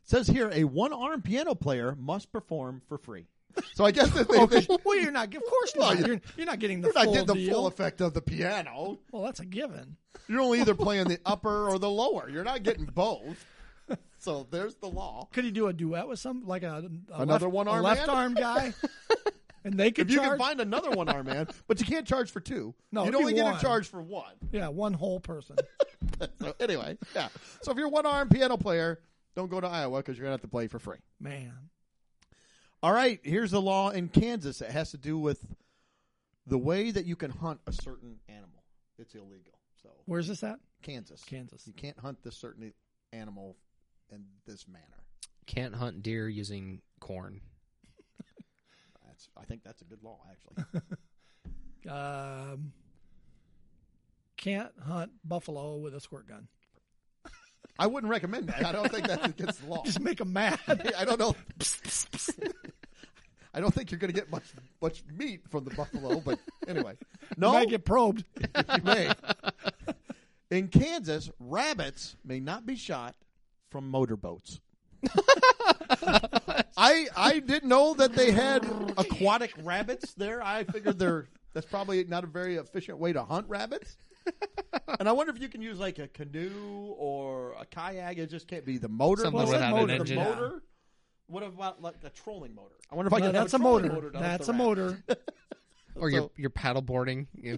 [SPEAKER 2] says here a one armed piano player must perform for free. So I guess that they,
[SPEAKER 3] Okay.
[SPEAKER 2] they
[SPEAKER 3] well, you're not. Of course not.
[SPEAKER 2] you-
[SPEAKER 3] You're, you're not getting the
[SPEAKER 2] you're not
[SPEAKER 3] full
[SPEAKER 2] getting the
[SPEAKER 3] deal.
[SPEAKER 2] full effect of the piano.
[SPEAKER 3] well, that's a given.
[SPEAKER 2] You're only either playing the upper or the lower. You're not getting both. So there's the law.
[SPEAKER 3] Could he do a duet with some like a, a
[SPEAKER 2] Another
[SPEAKER 3] left,
[SPEAKER 2] one-arm
[SPEAKER 3] a left
[SPEAKER 2] man?
[SPEAKER 3] arm guy? and they could
[SPEAKER 2] If you
[SPEAKER 3] charge.
[SPEAKER 2] can find another one arm man, but you can't charge for two.
[SPEAKER 3] No,
[SPEAKER 2] you'd
[SPEAKER 3] it'd be
[SPEAKER 2] only get
[SPEAKER 3] one.
[SPEAKER 2] a charge for one.
[SPEAKER 3] yeah, one whole person.
[SPEAKER 2] So anyway, yeah. So if you're a one arm piano player, don't go to Iowa because you're gonna have to play for free.
[SPEAKER 3] Man,
[SPEAKER 2] All right, here's the law in Kansas that has to do with the way that you can hunt a certain animal. It's illegal. So
[SPEAKER 3] where's this at?
[SPEAKER 2] Kansas,
[SPEAKER 3] Kansas.
[SPEAKER 2] you can't hunt this certain animal in this manner.
[SPEAKER 4] Can't hunt deer using corn.
[SPEAKER 2] That's I think that's a good law actually.
[SPEAKER 3] Um, can't hunt buffalo with a squirt gun.
[SPEAKER 2] I wouldn't recommend that. I don't think that's against the law.
[SPEAKER 3] Just make them mad.
[SPEAKER 2] I don't know. I don't think you're going to get much much meat from the buffalo, but anyway,
[SPEAKER 3] No,
[SPEAKER 2] no,
[SPEAKER 3] might get probed.
[SPEAKER 2] you may. In Kansas, rabbits may not be shot from motorboats. I I didn't know that they had aquatic rabbits there. I figured they're that's probably not a very efficient way to hunt rabbits. And I wonder if you can use like a canoe or a kayak. It just can't be the motor.
[SPEAKER 4] Something
[SPEAKER 2] Well,
[SPEAKER 4] without
[SPEAKER 2] the
[SPEAKER 4] an
[SPEAKER 2] motor,
[SPEAKER 4] engine.
[SPEAKER 2] The motor. What about like a trolling motor? I wonder if I
[SPEAKER 3] No,
[SPEAKER 2] can.
[SPEAKER 3] that's a
[SPEAKER 2] have a, trolling
[SPEAKER 3] motor.
[SPEAKER 2] motor to hunt
[SPEAKER 3] That's
[SPEAKER 2] the
[SPEAKER 3] a
[SPEAKER 2] rabbit.
[SPEAKER 3] motor.
[SPEAKER 4] Or you're
[SPEAKER 2] So-
[SPEAKER 4] you're paddleboarding. You-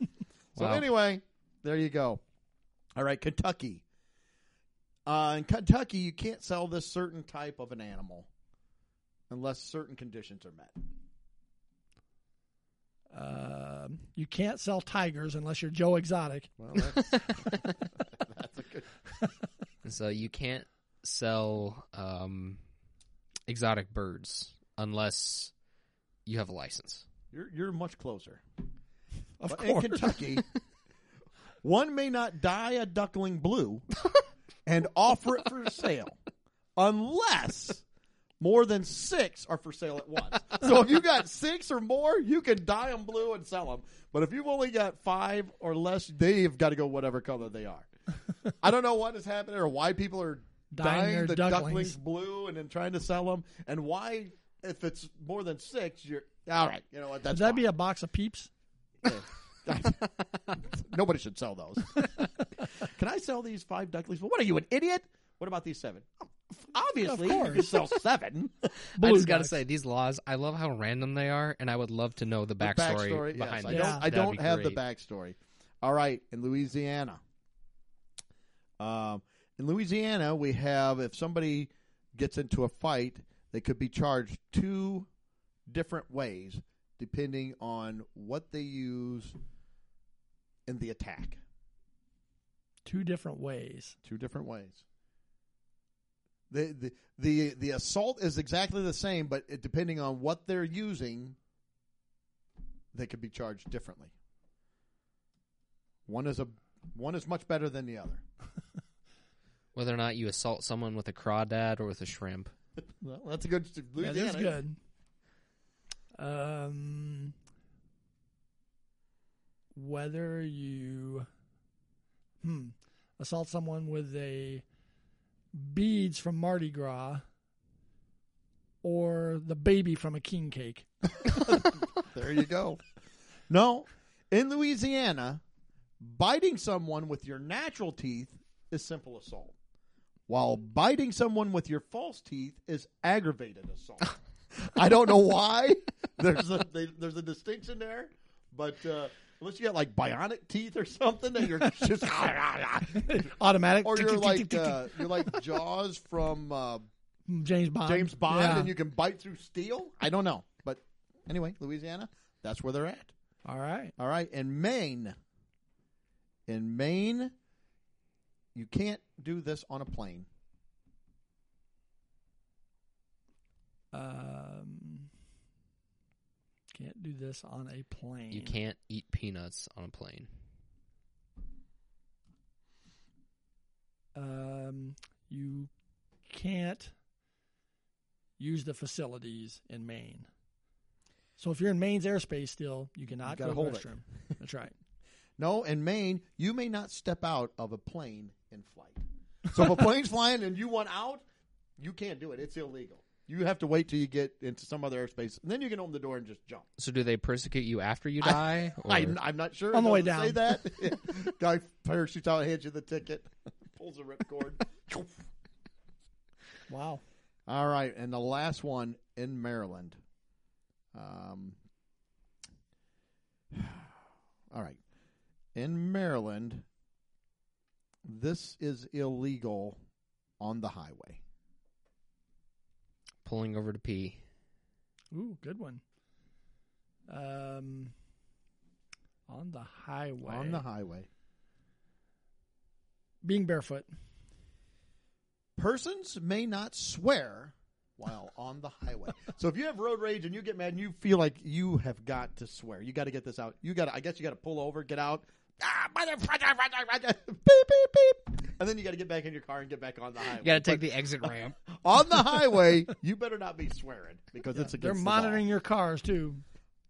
[SPEAKER 2] So
[SPEAKER 4] Wow.
[SPEAKER 2] anyway, there you go. All right, Kentucky. Uh, in Kentucky, you can't sell this certain type of an animal unless certain conditions are met.
[SPEAKER 3] Um, you can't sell tigers unless you're Joe Exotic.
[SPEAKER 2] Well, that's, that's a good.
[SPEAKER 4] So you can't sell um exotic birds unless you have a license.
[SPEAKER 2] You're you're much closer.
[SPEAKER 3] Of
[SPEAKER 2] But
[SPEAKER 3] course.
[SPEAKER 2] in Kentucky, one may not dye a duckling blue and offer it for sale unless more than six are for sale at once. So if you got six or more, you can dye them blue and sell them. But if you've only got five or less, they've got to go whatever color they are. I don't know what is happening or why people are
[SPEAKER 3] Dyeing
[SPEAKER 2] dyeing,
[SPEAKER 3] their
[SPEAKER 2] the
[SPEAKER 3] ducklings.
[SPEAKER 2] ducklings blue and then trying to sell them, and why if it's more than six, you're all right. You know what? That's
[SPEAKER 3] Would that
[SPEAKER 2] fine.
[SPEAKER 3] be a box of peeps?
[SPEAKER 2] Nobody should sell those. Can I sell these five ducklings? Well, what are you, an idiot? What about these seven? Um, Obviously,
[SPEAKER 3] Of
[SPEAKER 2] you can
[SPEAKER 3] course.
[SPEAKER 2] sell seven.
[SPEAKER 4] I
[SPEAKER 3] Blue
[SPEAKER 4] just got to
[SPEAKER 3] ducks.
[SPEAKER 4] say these laws. I love how random they are, and I would love to know the
[SPEAKER 2] The
[SPEAKER 4] backstory, behind
[SPEAKER 2] yes, I
[SPEAKER 4] it.
[SPEAKER 2] don't,
[SPEAKER 3] Yeah.
[SPEAKER 2] I
[SPEAKER 4] That'd
[SPEAKER 2] don't
[SPEAKER 4] be
[SPEAKER 2] have the
[SPEAKER 4] great.
[SPEAKER 2] backstory. All right, in Louisiana. Um, in Louisiana, we have if somebody gets into a fight, they could be charged two different ways depending on what they use in the attack.
[SPEAKER 3] Two different ways.
[SPEAKER 2] Two different ways. The, the the the assault is exactly the same, but it, depending on what they're using, they could be charged differently. One is a one is much better than the other.
[SPEAKER 4] Whether or not you assault someone with a crawdad or with a shrimp.
[SPEAKER 2] Well, that's a good.
[SPEAKER 3] That is good. Um, whether you hmm, assault someone with a beads from Mardi Gras or the baby from a king cake.
[SPEAKER 2] There you go. no, in Louisiana, biting someone with your natural teeth is simple assault, while biting someone with your false teeth is aggravated assault. I don't know why. There's a they, there's a distinction there, but uh, unless you got like bionic teeth or something, that you're just
[SPEAKER 3] Automatic.
[SPEAKER 2] or you're like uh, you're like Jaws from uh,
[SPEAKER 3] Hmm, James Bond.
[SPEAKER 2] James Bond,
[SPEAKER 3] Yeah.
[SPEAKER 2] and you can bite through steel. I don't know, but anyway, Louisiana, that's where they're at.
[SPEAKER 3] All right.
[SPEAKER 2] All right, in Maine, in Maine, you can't do this on a plane.
[SPEAKER 3] Um, can't do this on a plane.
[SPEAKER 4] You can't eat peanuts on a plane.
[SPEAKER 3] Um, you can't use the facilities in Maine. So if you're in Maine's airspace still, you cannot
[SPEAKER 2] gotta
[SPEAKER 3] go to
[SPEAKER 2] hold
[SPEAKER 3] the
[SPEAKER 2] it.
[SPEAKER 3] restroom. That's right.
[SPEAKER 2] No, in Maine, you may not step out of a plane in flight. So if a plane's flying and you want out, you can't do it. It's illegal. You have to wait till you get into some other airspace, and then you can open the door and just jump.
[SPEAKER 4] So do they persecute you after you die? or-
[SPEAKER 2] I'm, I'm not sure.
[SPEAKER 3] On the
[SPEAKER 2] It
[SPEAKER 3] way
[SPEAKER 2] doesn't Say
[SPEAKER 3] down.
[SPEAKER 2] that guy parachutes out, hands you the ticket, pulls the ripcord.
[SPEAKER 3] Wow.
[SPEAKER 2] All right, and the last one in Maryland. Um, all right, in Maryland, this is illegal on the highway.
[SPEAKER 4] pulling over to pee.
[SPEAKER 3] Ooh, good one. Um, on the highway.
[SPEAKER 2] On the highway,
[SPEAKER 3] being barefoot.
[SPEAKER 2] persons may not swear while on the highway. so if you have road rage and you get mad and you feel like you have got to swear, you got to get this out. You got to, I guess you got to pull over, get out. Ah, motherfucker, beep, beep, beep. And then you got to get back in your car and get back on the highway.
[SPEAKER 4] You got to take the exit ramp.
[SPEAKER 2] But on the highway, you better not be swearing because it's against
[SPEAKER 3] They're
[SPEAKER 2] the
[SPEAKER 3] monitoring
[SPEAKER 2] law.
[SPEAKER 3] your cars too.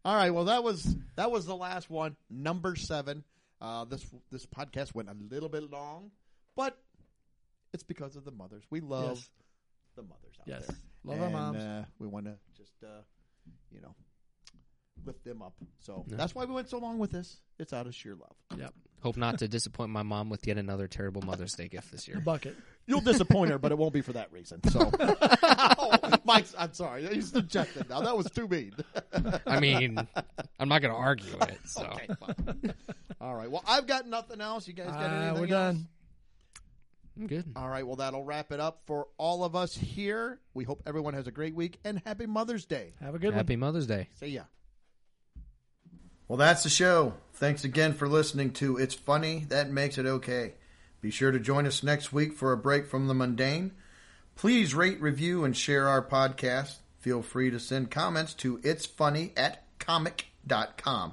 [SPEAKER 2] All right, well that was that was the last one, number 7. Uh, this this podcast went a little bit long, but it's because of the mothers. We love
[SPEAKER 3] yes.
[SPEAKER 2] the mothers out
[SPEAKER 3] Yes.
[SPEAKER 2] there.
[SPEAKER 3] Love our
[SPEAKER 2] And,
[SPEAKER 3] moms.
[SPEAKER 2] Uh, we want to just, uh, you know, lift them up. So that's why we went so long with this. It's out of sheer love.
[SPEAKER 3] yep.
[SPEAKER 4] Hope not to disappoint my mom with yet another terrible Mother's Day gift this year.
[SPEAKER 3] Bucket.
[SPEAKER 2] You'll disappoint her, but it won't be for that reason. So, oh, Mike's, I'm sorry. He's dejected now. That was too mean.
[SPEAKER 4] I mean, I'm not going to argue it. So
[SPEAKER 2] Okay, fine. All right. Well, I've got nothing else. You guys got
[SPEAKER 3] Uh,
[SPEAKER 2] anything
[SPEAKER 3] we're
[SPEAKER 2] else?
[SPEAKER 3] done.
[SPEAKER 4] I'm good.
[SPEAKER 2] All right. Well, that'll wrap it up for all of us here. We hope everyone has a great week and happy Mother's Day.
[SPEAKER 3] Have a good one.
[SPEAKER 4] Happy Mother's Day.
[SPEAKER 2] See ya.
[SPEAKER 1] Well, that's the show. Thanks again for listening to It's Funny That Makes It Okay. Be sure to join us next week for a break from the mundane. Please rate, review, and share our podcast. Feel free to send comments to It's Funny at comic.com.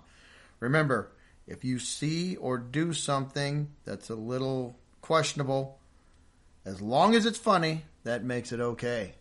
[SPEAKER 1] Remember, if you see or do something that's a little questionable, as long as it's funny, that makes it okay.